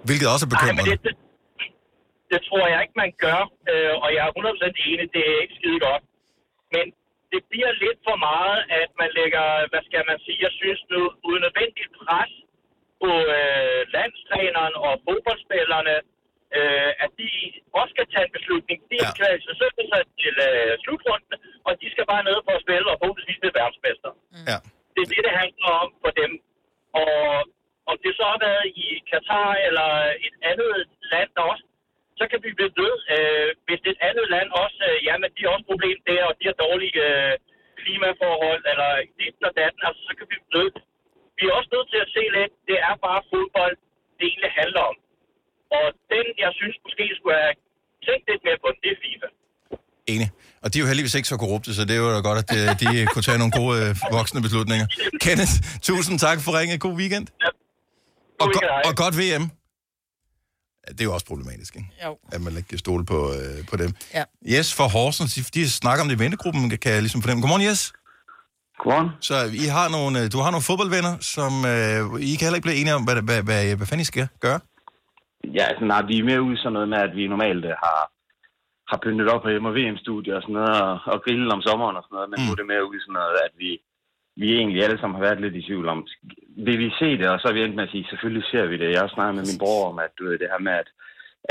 S1: Hvilket også er bekymrende.
S12: det, det, det tror jeg ikke, man gør, øh, og jeg er 100% enig, det er ikke skide godt. Men det bliver lidt for meget, at man lægger, hvad skal man sige, jeg synes nu, unødvendigt pres på øh, landstræneren og fodboldspillerne, øh, at de også skal tage en beslutning. De ja. kan forsøge sig til øh, slutrunden, og de skal bare ned for at spille og forhåbentlig blive verdensmester.
S1: Ja.
S12: Det er det, det handler om for dem. Og om det så har været i Katar eller et andet land også, så kan vi blive ved, øh, hvis et andet land også, øh, jamen de har også problem der, og de har dårlige øh, klimaforhold, eller dit og datten, altså så kan vi blive ved. Vi er også nødt til at se lidt, det er bare fodbold, det egentlig handler om. Og den, jeg synes måske skulle have tænkt lidt mere på, det er FIFA.
S1: Enig. Og de er jo heldigvis ikke så korrupte, så det er jo da godt, at øh, de kunne tage nogle gode øh, voksne beslutninger. Kenneth, tusind tak for ringet. God weekend. Og, go- og godt VM. Ja, Det er jo også problematisk, ikke?
S2: Jo.
S1: At man ikke kan stole på, øh, på dem.
S2: Ja.
S1: Yes, for Horsens, de, de snakker om det i vennegruppen, kan jeg ligesom fornemme. Godmorgen, Yes.
S10: Godmorgen.
S1: Så I har nogle, øh, du har nogle fodboldvenner, som øh, I kan heller ikke blive enige om, hvad, hvad, hvad, hvad fanden I skal gøre.
S10: Ja, altså, nej, vi er mere ude i sådan noget med, at vi normalt øh, har, har pyntet op hjemme og VM-studier og sådan noget, og, og grillen om sommeren og sådan noget, men mm. nu er det mere ude i sådan noget, at vi, vi egentlig alle sammen har været lidt i tvivl om, vil vi se det? Og så er vi endt med at sige, selvfølgelig ser vi det. Jeg har også snakket med min bror om, at du ved, det her med, at,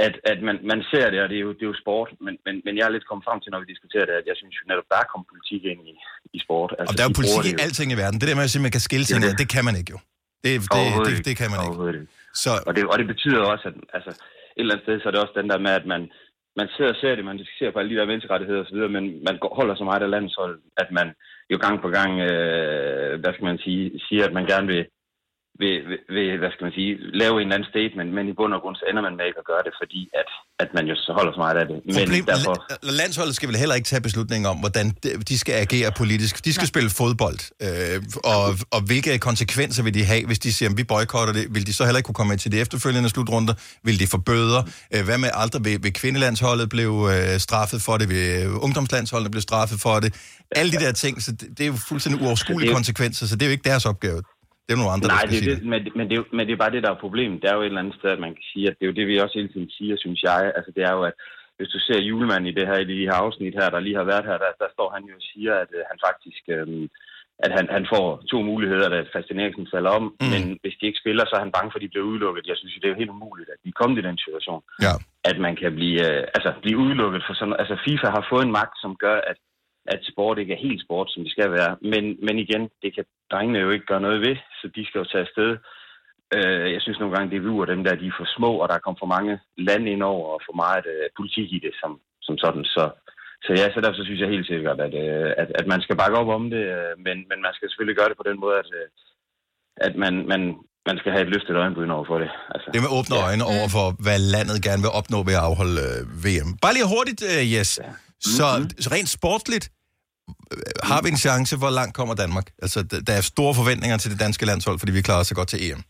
S10: at, at man, man ser det, og det er jo, det er jo sport, men, men, men jeg er lidt kommet frem til, når vi diskuterer det, at jeg synes jo netop, der er kommet politik ind i, i sport. Altså,
S1: Og der er jo
S10: de bruger
S1: politik i
S10: det jo.
S1: alting i verden. Det der med at sige, at man kan skille ting,
S10: Det er
S1: det. det kan man ikke jo. Det, det,
S10: Overhovedet
S1: det,
S10: ikke.
S1: det, det kan man ikke.
S10: Overhovedet
S1: Så...
S10: Og, det, og det betyder også, at altså, et eller andet sted, så er det også den der med, at man, man sidder og ser det, man ser på alle de der menneskerettigheder osv., men man går- holder så meget af landshold, at man jo gang på gang, øh, hvad skal man sige, siger, at man gerne vil, vil, vil, vil, hvad skal man sige, lave en eller anden statement, men i bund og grund, så ender man med ikke at gøre det, fordi at, at man jo så holder så meget af det. Men
S1: Problem,
S10: derfor,
S1: la- landsholdet skal vel heller ikke tage beslutninger om, hvordan de- de skal agere politisk. De skal Nej. spille fodbold, øh, og, og hvilke konsekvenser vil de have, hvis de siger, at vi boykotter det? Vil de så heller ikke kunne komme med til de efterfølgende slutrunder? Vil de få bøder? Øh, Hvad med aldrig vil, vil kvindelandsholdet blive øh, straffet for det? Vil øh, ungdomslandsholdet blive straffet for det? Alle de der ting, så det, det er jo fuldstændig uoverskuelige konsekvenser, så det er jo ikke deres opgave. Det er jo nogle andre,
S10: Nej,
S1: der skal
S10: det er
S1: sige
S10: det, men, men, det er, jo- men det er bare det, der er problemet. Det er jo et eller andet sted, at man kan sige, at det er jo det, vi også hele tiden siger, synes jeg. Altså, det er jo, at hvis du ser julemanden i det her, i de her afsnit her, der lige har været her, der, der står han jo og siger, at øh, han faktisk... Øhm, at han, han får to muligheder, da Christian Eriksen falder om, mm. men hvis de ikke spiller, så er han bange for, at de bliver udelukket. Jeg synes jo, det er jo helt umuligt, at de er kommet i den situation,
S1: ja.
S10: at man kan blive, øh, altså, blive udelukket. For sådan, altså FIFA har fået en magt, som gør, at, at sport ikke er helt sport, som det skal være. Men, men igen, det kan drengene jo ikke gøre noget ved, så de skal jo tage afsted. Øh, jeg synes nogle gange, det er og dem der, de er for små, og der er kommet for mange lande ind over, og for meget øh, politik i det som, som sådan. Så, så ja, så derfor så synes jeg helt sikkert, at, øh, at, at man skal bakke op om det, øh, men, men man skal selvfølgelig gøre det på den måde, at, øh, at man, man, man skal have et løftet øjenbryn over for det. Altså,
S1: det med åbne øjne over for, hvad landet gerne vil opnå ved at afholde øh, VM. Bare lige hurtigt, øh, Jes. Så, så rent sportligt, øh, har vi en chance, hvor langt kommer Danmark? Altså, d- der er store forventninger til det danske landshold, fordi vi klarer os så godt til E EM.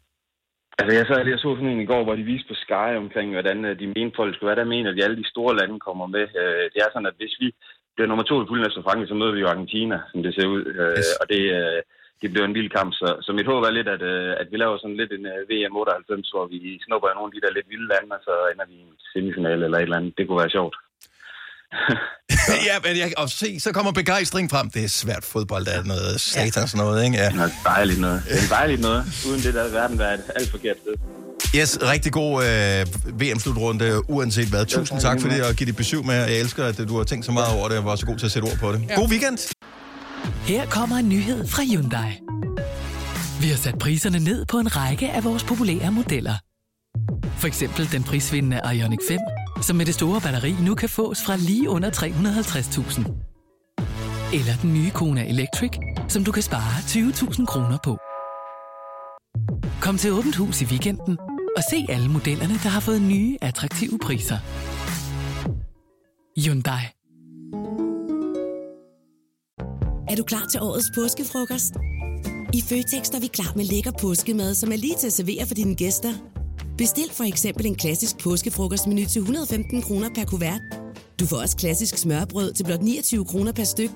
S10: Altså, jeg sad lige og så sådan en i går, hvor de viste på Sky omkring, hvordan øh, de mente, folk skulle være. Der mener de, at alle de store lande kommer med. Øh, Det er sådan, at hvis vi bliver nummer to i puljen efter Frankrig, så møder vi jo Argentina, som det ser ud. Øh,
S1: Yes.
S10: Og det, øh, det bliver en vild kamp. Så, så mit håb er lidt, at, øh, at vi laver sådan lidt en øh, VM 98, hvor vi snupper nogle af de der lidt vilde lande, og så ender vi i en semifinale eller et eller andet. Det kunne være sjovt.
S1: ja, men jeg, og se, så kommer begejstring frem. Det er svært fodbold, der er noget satans noget, ikke? Ja.
S10: Noget dejligt noget. Det er dejligt noget. Uden det der verden være et alt forkert sted.
S1: Yes, rigtig god øh, VM-slutrunde, uanset hvad. Tusind tak for det, og give dit besøg med. Jeg elsker, at du har tænkt så meget over det, og var så god til at sætte ord på det.
S13: Ja.
S1: God weekend!
S13: Her kommer en nyhed fra Hyundai. Vi har sat priserne ned på en række af vores populære modeller. For eksempel den prisvindende Ioniq 5, som med det store batteri nu kan fås fra lige under 350.000. Eller den nye Kona Electric, som du kan spare 20.000 kroner på. Kom til Åbent Hus i weekenden og se alle modellerne, der har fået nye, attraktive priser. Hyundai.
S14: Er du klar til årets påskefrokost? I Føtex er vi klar med lækker påskemad, som er lige til at servere for dine gæster. Bestil for eksempel en klassisk påskefrokostmenu til 115 kroner per kuvert. Du får også klassisk smørbrød til blot 29 kroner per styk.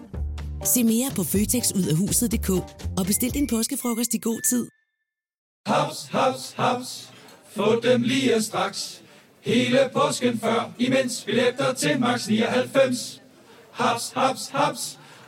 S14: Se mere på føtexudafhuset.dk og bestil din påskefrokost i god tid.
S15: Haps, haps, haps. Få dem lige straks. Hele påsken før, imens billetter til max 99. Haps, haps, haps.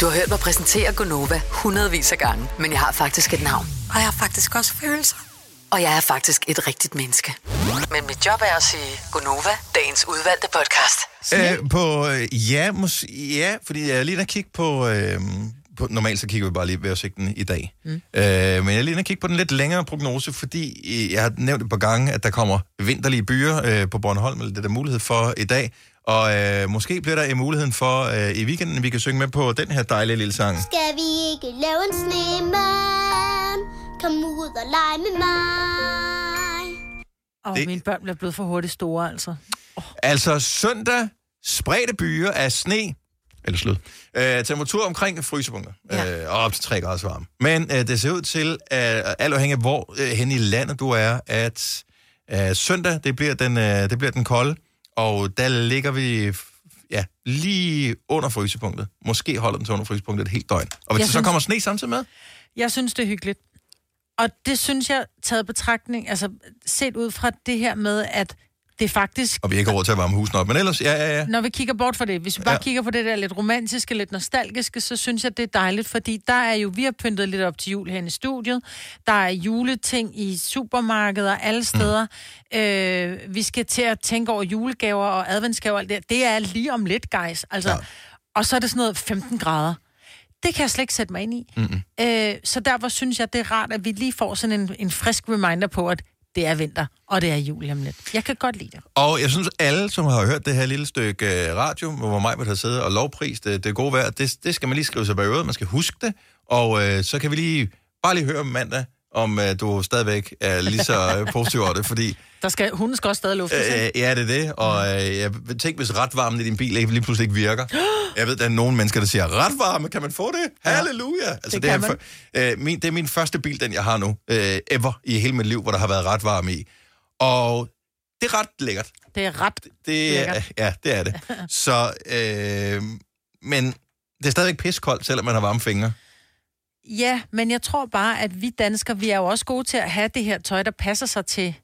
S3: Du har hørt mig præsentere Gonova hundredvis af gange, men jeg har faktisk et navn.
S16: Og jeg har faktisk også følelser.
S3: Og jeg er faktisk et rigtigt menneske. Men mit job er at sige Gonova, dagens udvalgte podcast.
S1: Øh, på, øh, ja, mås- ja, fordi jeg er lige der kigge på, øh, på... Normalt så kigger vi bare lige vejrudsigten i dag. Mm. Øh, men jeg er lige der kigge på den lidt længere prognose, fordi øh, jeg har nævnt et par gange, at der kommer vinterlige byer øh, på Bornholm, eller det er der mulighed for i dag. Og øh, måske bliver der i muligheden for øh, i weekenden, vi kan synge med på den her dejlige lille sang.
S11: Skal vi ikke lave en snemand? Kom ud og lege med mig.
S2: Og det... mine børn bliver blevet for hurtigt store, altså.
S1: Altså søndag, spredte byer af sne, eller slud, øh, temperatur omkring frysepunkter, ja. øh, og op til 3 grader varme. Men øh, det ser ud til, øh, alt afhængig af hvor øh, hen i landet du er, at øh, søndag, det bliver, den, øh, det bliver den kolde, og der ligger vi f- ja, lige under frysepunktet. Måske holder den til under frysepunktet et helt døgn. Og hvis der
S2: Jeg
S1: så
S2: synes-
S1: kommer sne samtidig med,
S2: Jeg synes, det er hyggeligt. Og det synes jeg, taget betragtning, altså set ud fra det her med, at det faktisk
S1: og vi har ikke råd til at varme husene op, men ellers, ja, ja, ja.
S2: Når vi kigger bort fra det, hvis vi bare
S1: Ja.
S2: ja. kigger på det der lidt romantiske, lidt nostalgiske, så synes jeg, det er dejligt, fordi der er jo, vi har pyntet lidt op til jul her i studiet, der er juleting i supermarkeder alle steder, mm. øh, vi skal til at tænke over julegaver og adventsgaver og alt det der. det er lige om lidt, guys, altså, ja. og så er det sådan noget 15 grader. Det kan jeg slet ikke sætte mig ind i.
S1: Mm-mm.
S2: Øh, så derfor synes jeg, det er rart, at vi lige får sådan en, en frisk reminder på, at det er vinter, og det er jul om lidt. Jeg kan godt lide det.
S1: Og jeg synes, alle, som har hørt det her lille stykke øh, radio, hvor mig vil have siddet og lovprist det, det gode vejr, det, det skal man lige skrive sig bag øret. Man skal huske det, og øh, så kan vi lige bare lige høre om mandag, om øh, du stadigvæk er lige så øh, positiv over det, fordi
S2: Der skal, hunden skal også stadig luftes.
S1: øh,
S2: ikke?
S1: ja, det er det, og øh, jeg tænk, hvis retvarmen i din bil ikke- lige pludselig ikke virker. Jeg ved, der er nogle mennesker, der siger, retvarme, kan man få det? Halleluja! Altså,
S17: det
S1: det, er,
S17: kan man.
S1: for- øh, min, det er min første bil, den jeg har nu, øh, ever, i hele mit liv, hvor der har været retvarme i. Og det er ret lækkert.
S2: Det er ret
S1: Det er,
S2: lækkert.
S1: ja, det er det. Så, øh, men det er stadigvæk piskoldt, selvom man har varme fingre.
S2: Ja, men jeg tror bare, at vi danskere, vi er jo også gode til at have det her tøj, der passer sig til,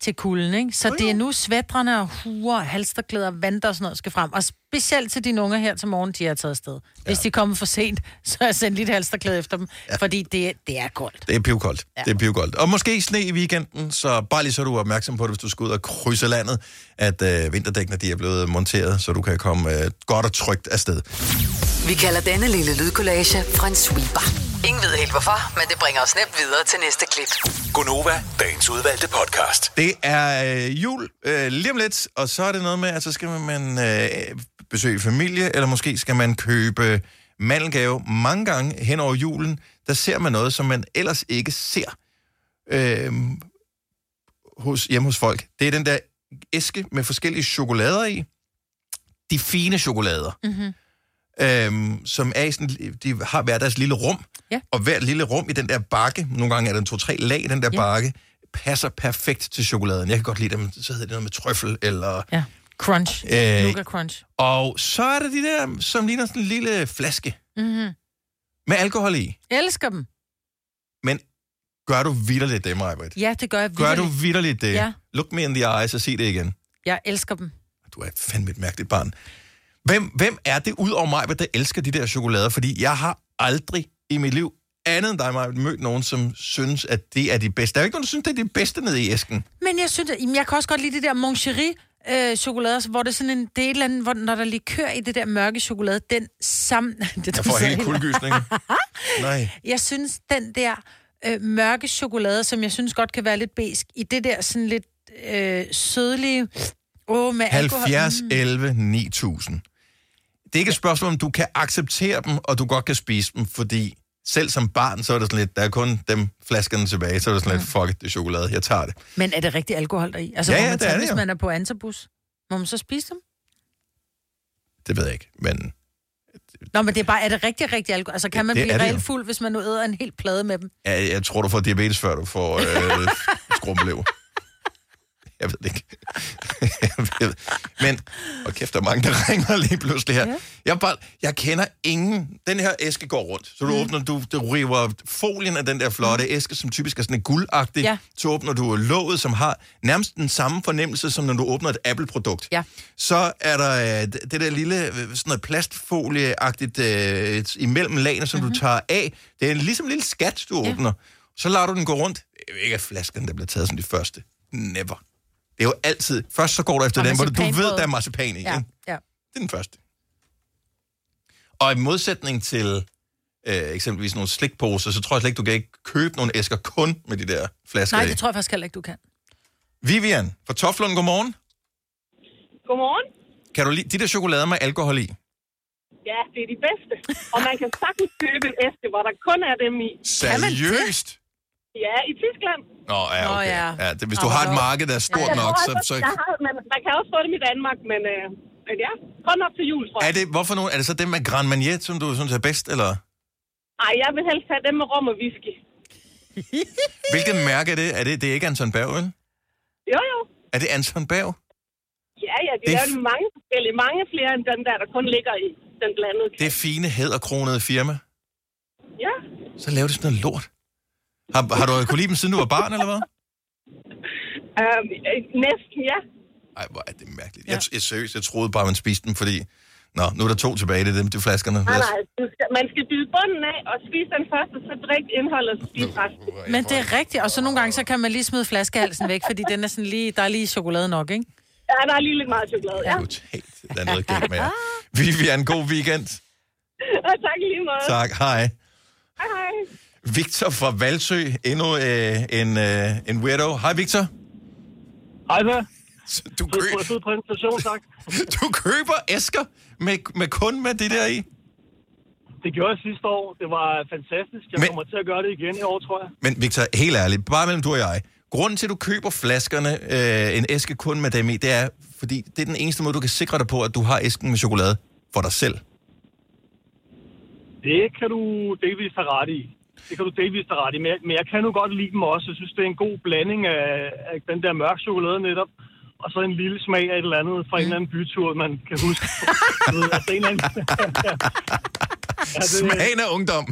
S2: til kulden, ikke? Så det er nu svætterne og huer, halsterklæder, vanter og sådan noget skal frem. Og specielt til de unger her til morgen, de er taget afsted. Hvis de kommer for sent, så er jeg sendt lidt halsterklæde efter dem, ja. fordi det, det er koldt.
S1: Det er pivkoldt. Ja.
S2: Ja.
S1: Det er pivkoldt. Og måske sne i weekenden, så bare lige så du er opmærksom på det, hvis du skal ud og krydse landet, at øh, vinterdækkene de er blevet monteret, så du kan komme øh, godt og trygt afsted.
S3: Vi kalder denne lille lydkollage en sweeper. Ingen ved helt hvorfor, men det bringer os nemt videre til næste klip.
S6: Gonova, dagens udvalgte podcast.
S1: Det er øh, jul øh, lige om lidt, og så er det noget med, at så skal man øh, besøge familie, eller måske skal man købe mandelgave mange gange hen over julen. Der ser man noget, som man ellers ikke ser øh, hos, hjemme hos folk. Det er den der æske med forskellige chokolader i. De fine chokolader
S2: Mm-hmm.
S1: øhm, som er i sådan, de har hver deres lille rum,
S2: Ja.
S1: og hvert lille rum i den der bakke, nogle gange er der en to-tre lag i den der ja. bakke, passer perfekt til chokoladen. Jeg kan godt lide dem, så hedder det noget med trøffel, eller ja.
S2: Crunch.
S1: Øh,
S2: Nougat crunch.
S1: Og så er der de der, som ligner sådan en lille flaske
S2: Mm-hmm.
S1: med alkohol i.
S2: Elsker dem.
S1: Men gør du vidderligt det, Majbrit?
S2: Ja, det gør jeg
S1: Gør du
S2: vitterligt.
S1: vidderligt det?
S2: Ja.
S1: Look me in the eyes og sig det igen.
S2: Jeg elsker dem.
S1: Du er fandme et mærkeligt barn. Hvem, hvem er det ud over mig, der elsker de der chokolader? Fordi jeg har aldrig i mit liv andet end dig, mig, mødt nogen, som synes, at det er de bedste. Der er jo ikke nogen, der synes, det er de bedste nede i æsken.
S2: Men jeg synes, at, jamen, jeg kan også godt lide det der moncherie øh, chokolader, hvor det er sådan en, det er et eller andet, hvor, når der lige kører i det der mørke chokolade, den sammen... Det,
S1: Jeg får helt kuldegysning. Nej.
S2: Jeg synes, den der øh, mørke chokolade, som jeg synes godt kan være lidt besk, i det der sådan lidt øh, sødlige... Åh, med alkohol. Mm.
S1: 70, 11, 9000. Det er ikke et spørgsmål, om du kan acceptere dem, og du godt kan spise dem, fordi selv som barn, så er det sådan lidt, der er kun dem flaskerne tilbage, så er det sådan lidt,
S2: Mm.
S1: fuck it, det er chokolade, jeg tager det.
S2: Men er det rigtig alkohol der i? Altså,
S1: Ja, ja,
S2: ja, ja, man
S1: det
S2: tage,
S1: er det
S2: hvis
S1: jo.
S2: man er på antabus, må man så spise dem?
S1: Det ved jeg ikke, men
S2: Nå, men det er bare, er det rigtig, rigtig alkohol? Altså, kan man
S1: det
S2: blive
S1: er det jo.
S2: reelt fuld, hvis man nu æder en hel plade med dem?
S1: jeg, jeg tror, du får diabetes, før du får øh, skrumpelever. Jeg ved det ikke. jeg ved. Men, og kæft, der er mange, der ringer lige pludselig her. Ja. Jeg, er bare, jeg kender ingen. Den her æske går rundt. Så du mm. åbner, du, du river folien af den der flotte mm. æske, som typisk er sådan en guldagtig.
S2: Ja.
S1: Så åbner du låget, som har nærmest den samme fornemmelse, som når du åbner et Apple-produkt.
S2: Ja.
S1: Så er der øh, d- det der lille øh, sådan noget plastfolieagtigt øh, et- imellem lagene, som mm-hmm. du tager af. Det er ligesom en lille skat, du åbner. Så lader du den gå rundt. Det er ikke at flaskerne, der bliver taget som de første. Never. Det er jo altid... Først så går du efter
S2: Og
S1: den, hvor du du ved,
S2: marcipanbrød.
S1: der er marcipan i. Ja.
S2: Ja,
S1: Ikke?
S2: ja.
S1: Det er den første. Og i modsætning til øh, eksempelvis nogle slikposer, så tror jeg slet ikke, du kan ikke købe nogle æsker kun med de der flasker
S2: Nej,
S1: i.
S2: det tror jeg faktisk heller ikke, du kan.
S1: Vivian fra Toflund, godmorgen.
S17: Godmorgen.
S1: Kan du lide de der chokolader med alkohol i?
S17: Ja, det er de bedste. Og man kan sagtens købe en æske, hvor der kun er dem i.
S1: Seriøst?
S17: Ja, i Tyskland.
S1: Nå, ja,
S17: Nå,
S1: okay.
S17: ja.
S1: ja. det, hvis du har et marked, der er stort
S17: Jeg tror
S1: nok, så...
S17: også,
S1: så
S17: Jeg har, man, man kan også få dem i Danmark, men, øh, men ja, kun op til jul, tror jeg.
S1: er det, hvorfor nu? Er det så dem med Grand Marnier, som du synes er bedst, eller?
S17: Ej, jeg vil helst have dem med rum og whisky.
S1: Hvilket mærke er det? Er det, det er ikke Anton Berg, vel?
S17: Jo, jo.
S1: Er det Anton Berg?
S17: Ja, ja, de
S1: Det er
S17: laver dem mange forskellige. Mange flere end den der, der kun ligger i den blandede.
S1: Det fine, hæderkronede firma?
S17: Ja.
S1: Så laver det sådan noget lort. Har, har du kunne lide dem, siden du var barn, eller hvad?
S17: Øhm, øh, næsten, ja.
S1: Ej, hvor er det mærkeligt. Jeg, jeg, seriøst, jeg troede bare, man spiste dem, fordi... Nå, nu er der to tilbage, det er dem, de flaskerne.
S17: Nej,
S1: Lad os-
S17: nej, du skal, man skal byde bunden af og spise den første, så drik indholdet og spise resten.
S2: Men det er rigtigt, og så nogle gange, så kan man lige smide flaskehalsen væk, fordi den er sådan lige, der er lige chokolade nok, ikke?
S17: Ja, der er lige lidt meget chokolade, ja.
S1: Der er noget galt med jer. Vivian, god weekend.
S17: Og tak i lige meget.
S1: Tak, hej.
S17: Hej, hej.
S1: Victor fra Valsø, endnu øh, en, øh, en weirdo. Hej, Victor.
S18: Hej, hvad?
S1: Du, køb...
S18: Sød præsentation, tak.
S1: du køber æsker med, med kun med det der i.
S18: Det gjorde jeg sidste år. Det var fantastisk. Jeg Men... kommer til at gøre det igen i år, tror jeg.
S1: Men Victor, helt ærligt, bare mellem du og jeg. Grunden til, at du køber flaskerne, øh, en æske kun med dem i, det er, fordi det er den eneste måde, du kan sikre dig på, at du har æsken med chokolade for dig selv.
S18: Det kan du delvist have ret i. Det kan du delvist have ret i. Men jeg, men jeg kan nu godt lide dem også. Jeg synes, det er en god blanding af, af den der mørke chokolade netop. Og så en lille smag af et eller andet fra en eller anden bytur, man kan huske. Du ved, altså en eller anden...
S1: Smagen af ungdom.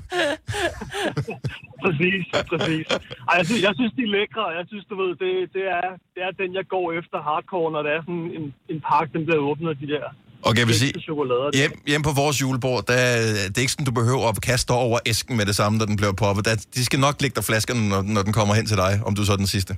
S18: præcis, præcis. Ej, jeg, synes, jeg synes, de er lækre. Jeg synes, du ved, det, det, er, det er den, jeg går efter hardcore, når der er sådan en, en pakke, den bliver åbnet, de der
S1: Okay, jeg vil sige,
S18: chokolader.
S1: hjem, hjem på vores julebord, der, det er ikke sådan, du behøver at kaste dig over æsken med det samme, når den bliver poppet. Der, de skal nok ligge dig flaskerne, når, når den kommer hen til dig, om du så er den sidste.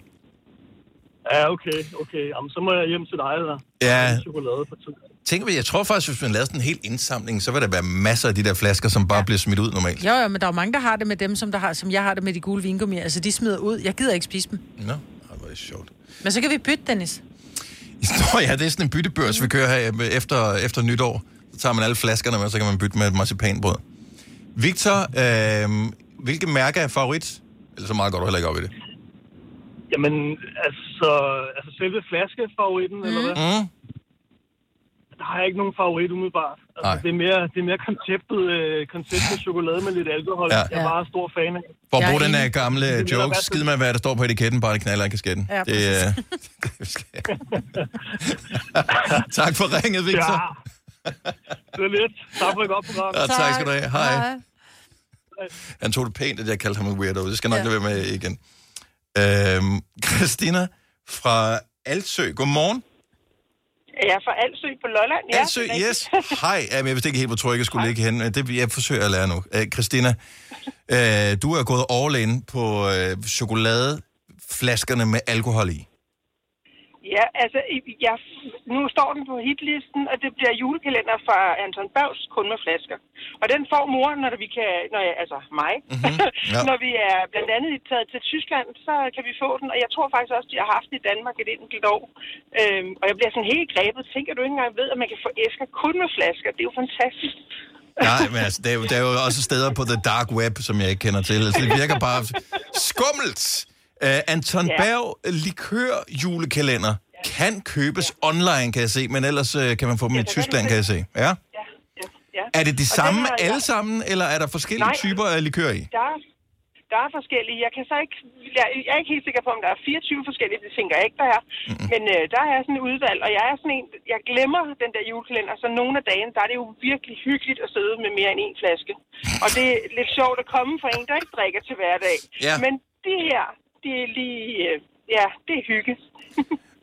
S18: Ja, okay, okay. Jamen, så må jeg hjem til dig, eller?
S1: Ja.
S18: Chokolade for tid.
S1: Tænk, jeg tror faktisk, hvis man lavede sådan en hel indsamling, så vil der være masser af de der flasker, som bare bliver smidt ud normalt.
S2: Jo, jo, men der er jo mange, der har det med dem, som, der har, som jeg har det med de gule vingummier. Altså, de smider ud. Jeg gider ikke spise dem.
S1: Nå, Ej, hvor er det sjovt.
S2: Men så kan vi bytte, Dennis.
S1: Nå ja, det er sådan en byttebørs, vi kører her øh, efter, efter nytår. Så tager man alle flaskerne med, og så kan man bytte med et marcipanbrød. Victor, øh, hvilke mærker er favorit? Eller så meget går du heller ikke op i det.
S18: Jamen, altså, altså selve flaskefavoritten, mm. eller hvad?
S1: Mm.
S19: der har jeg ikke nogen favorit umiddelbart. Altså, det, er mere, det er mere konceptet, øh, konceptet chokolade med lidt alkohol.
S1: Ja.
S19: Ja. Jeg er bare stor fan af.
S1: For at bruge den her
S19: Det
S1: gamle
S19: er
S1: joke,
S19: værste.
S1: skid med, hvad der står på etiketten, bare det knaller i kasketten.
S19: Ja,
S1: det, øh, tak for ringet, Victor.
S19: Ja. Det er lidt. Tak for et godt program.
S1: Ja, tak skal du have. Hej. Hej. Han tog det pænt, at jeg kaldte ham en weirdo. Det skal jeg nok ja. lade være med igen. Øhm, Christina fra Altsø. Godmorgen.
S10: Ja, fra Alsø på Lolland. Ja,
S1: Alsø,
S10: Det er
S1: yes. Hej. Jamen, jeg vidste ikke helt, hvor tror jeg skulle ligge hen. Det jeg forsøger at lære nu. Øh, Christina, øh, du er gået all in på øh, chokoladeflaskerne med alkohol i.
S10: Ja, altså, i- jeg, nu står den på hitlisten, og det bliver julekalender fra Anton Bavs, kun med flasker. Og den får mor, når vi kan, når jeg, altså mig,
S1: Mhm,
S10: mm-hmm.
S20: ja.
S10: ja. når vi er blandt andet taget til Tyskland, så kan vi få den. Og jeg tror faktisk også, de har haft den i Danmark et enkelt år. Øhm, og jeg bliver sådan helt grebet. Tænker du ikke engang ved, at man kan få æsker kun med flasker? Det er jo fantastisk.
S1: Nej, men altså, der, er jo- der er jo også steder på the dark web, som jeg ikke kender til. Altså, det virker bare skummelt. Uh, Anton
S10: Ja.
S1: ja. Berg likør julekalender kan købes ja. online, kan jeg se, men ellers uh, kan man få dem ja, i Tyskland, kan jeg se. Ja. ja.
S10: Ja.
S1: Er det de
S10: Og
S1: samme
S10: den har jeg-
S1: alle sammen, eller er der forskellige
S10: Nej.
S1: typer af likør i?
S10: Der, er- der er forskellige. Jeg, kan så ikke, jeg, jeg er ikke helt sikker på, om der er 24 forskellige. Det tænker jeg ikke, der er. Mm. Men øh, der er sådan et udvalg, og jeg er sådan en, jeg glemmer den der julekalender, så nogle af dagen, der er det jo virkelig hyggeligt at sidde med mere end en flaske. Og det er lidt sjovt at komme fra en, der ikke drikker til hverdag.
S1: Ja.
S10: Men det her, det er lige, øh, ja, det er hygge.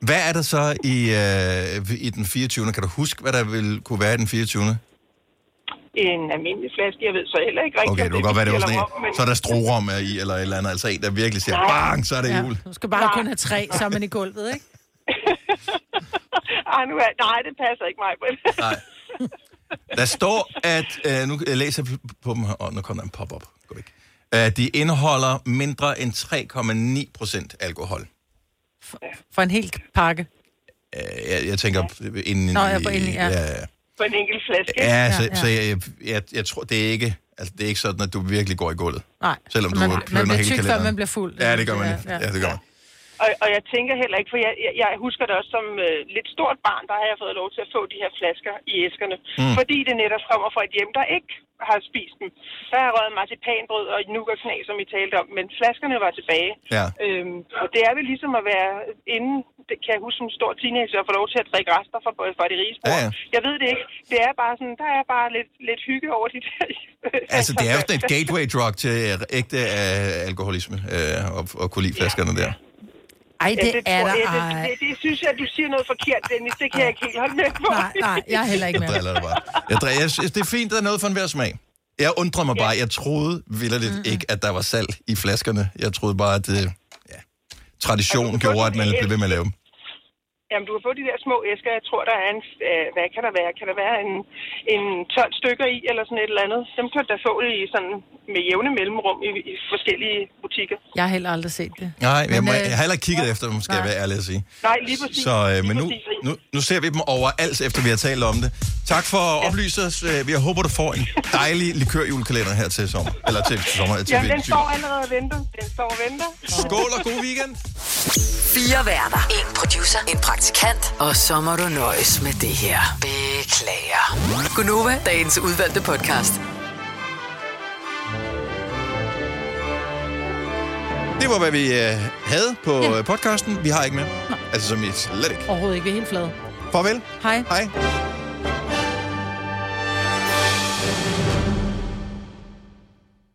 S1: Hvad er der så i, uh, i den 24. Kan du huske, hvad der vil kunne være i den 24.
S10: En almindelig flaske, jeg ved så heller ikke rigtigt.
S1: Okay,
S10: om
S1: det kan godt være, det var sådan
S10: eller
S1: en,
S10: rom, men-
S1: så er der strorum er i, eller et eller andet, altså en, der virkelig siger,
S10: Nej.
S1: bang, så er det jul.
S2: Du skal bare kun have tre, så er man i gulvet, ikke?
S10: Ej, nu er, nej, det passer ikke mig, Britt.
S1: Nej. Der står, at... Øh, nu læser jeg på dem her. Åh, nu kommer der en pop-up. Gå væk. Øh, de indeholder mindre end 3,9 procent alkohol.
S2: For en hel pakke.
S1: Øh, jeg, jeg tænker inden...
S2: Nå, jeg er på inden, ja.
S1: ja, ja.
S10: På en enkelt flaske.
S1: ja, så, så jeg, jeg, jeg tror, det er ikke... Altså, det er ikke sådan, at du virkelig går i gulvet.
S2: Nej,
S1: Selvom
S2: så
S1: du
S2: man-
S1: plønder
S2: man bliver
S1: hele
S2: tyk, før
S1: kalenderen.
S2: man bliver fuld.
S1: Ja, det gør man.
S2: Ja,
S1: Ja,
S2: ja.
S1: ja det gør man.
S10: Og, og jeg tænker heller ikke, for jeg, jeg, jeg husker det også som øh, lidt stort barn, der har jeg fået lov til at få de her flasker i æskerne.
S1: Mm.
S10: Mm. Fordi det netop kommer fra et hjem, der ikke har spist dem. Der har jeg røget marcipanbrød og et nougatknæ, som I talte om, men flaskerne var tilbage.
S1: Ja.
S10: Øhm, og det er vel ligesom at være inden, det kan jeg huske som stor teenager, at få lov til at drikke rester fra, fra de rige ja, ja. Jeg ved det ikke. Det er bare sådan, der er bare lidt, lidt hygge over de der...
S1: Altså, det er jo sådan et gateway drug til øh, ægte øh, alkoholisme, øh, og, og kunne lide flaskerne der.
S2: Ej, det er
S10: tror
S2: der
S10: jeg-
S2: ej.
S10: Det, det, det, synes jeg, du siger noget forkert, Dennis. Det kan jeg ikke helt holde med på.
S2: Nej, nej, jeg er heller ikke med.
S1: Jeg driller det bare. Jeg, driller, jeg synes, det er fint, der er noget for enhver smag. Jeg undrer mig bare. Jeg troede vildt mm ikke, at der var salg i flaskerne. Jeg troede bare, at det, ja,
S10: Altså,
S1: tradition gjorde, at man blev ved med at lave dem.
S10: Jamen, du har fået de der små æsker. Jeg tror, der er en... øh, Hvad kan der være? Kan der være en, en 12 stykker i, eller sådan et eller andet? Dem kan du da få i sådan med jævne mellemrum i, i forskellige butikker.
S2: Jeg har heller aldrig set det.
S1: Nej, jeg,
S2: Men,
S1: må,
S2: øh,
S1: jeg har heller ikke kigget efter dem, skal jeg være ærlig at sige.
S10: Nej, lige præcis.
S1: Så, øh, men nu, nu, nu ser vi dem overalt, efter vi har talt om det. Tak for at oplyse os. Øh, Vi håber, du får en dejlig likørjulekalender her til sommer. Eller til sommer. Til
S10: Jamen, den
S1: til-
S10: står allerede og venter. Den står og venter.
S1: Skål og god weekend.
S3: Fire værter. En producer. En praktikant. Og så må du nøjes med det her. Beklager. Gunova, dagens udvalgte podcast.
S1: Det var, hvad vi øh, havde på ja. podcasten. Vi har ikke mere. Altså, som i slet ikke.
S2: Overhovedet ikke. Vi er helt flade.
S1: Farvel.
S2: Hej.
S1: Hej.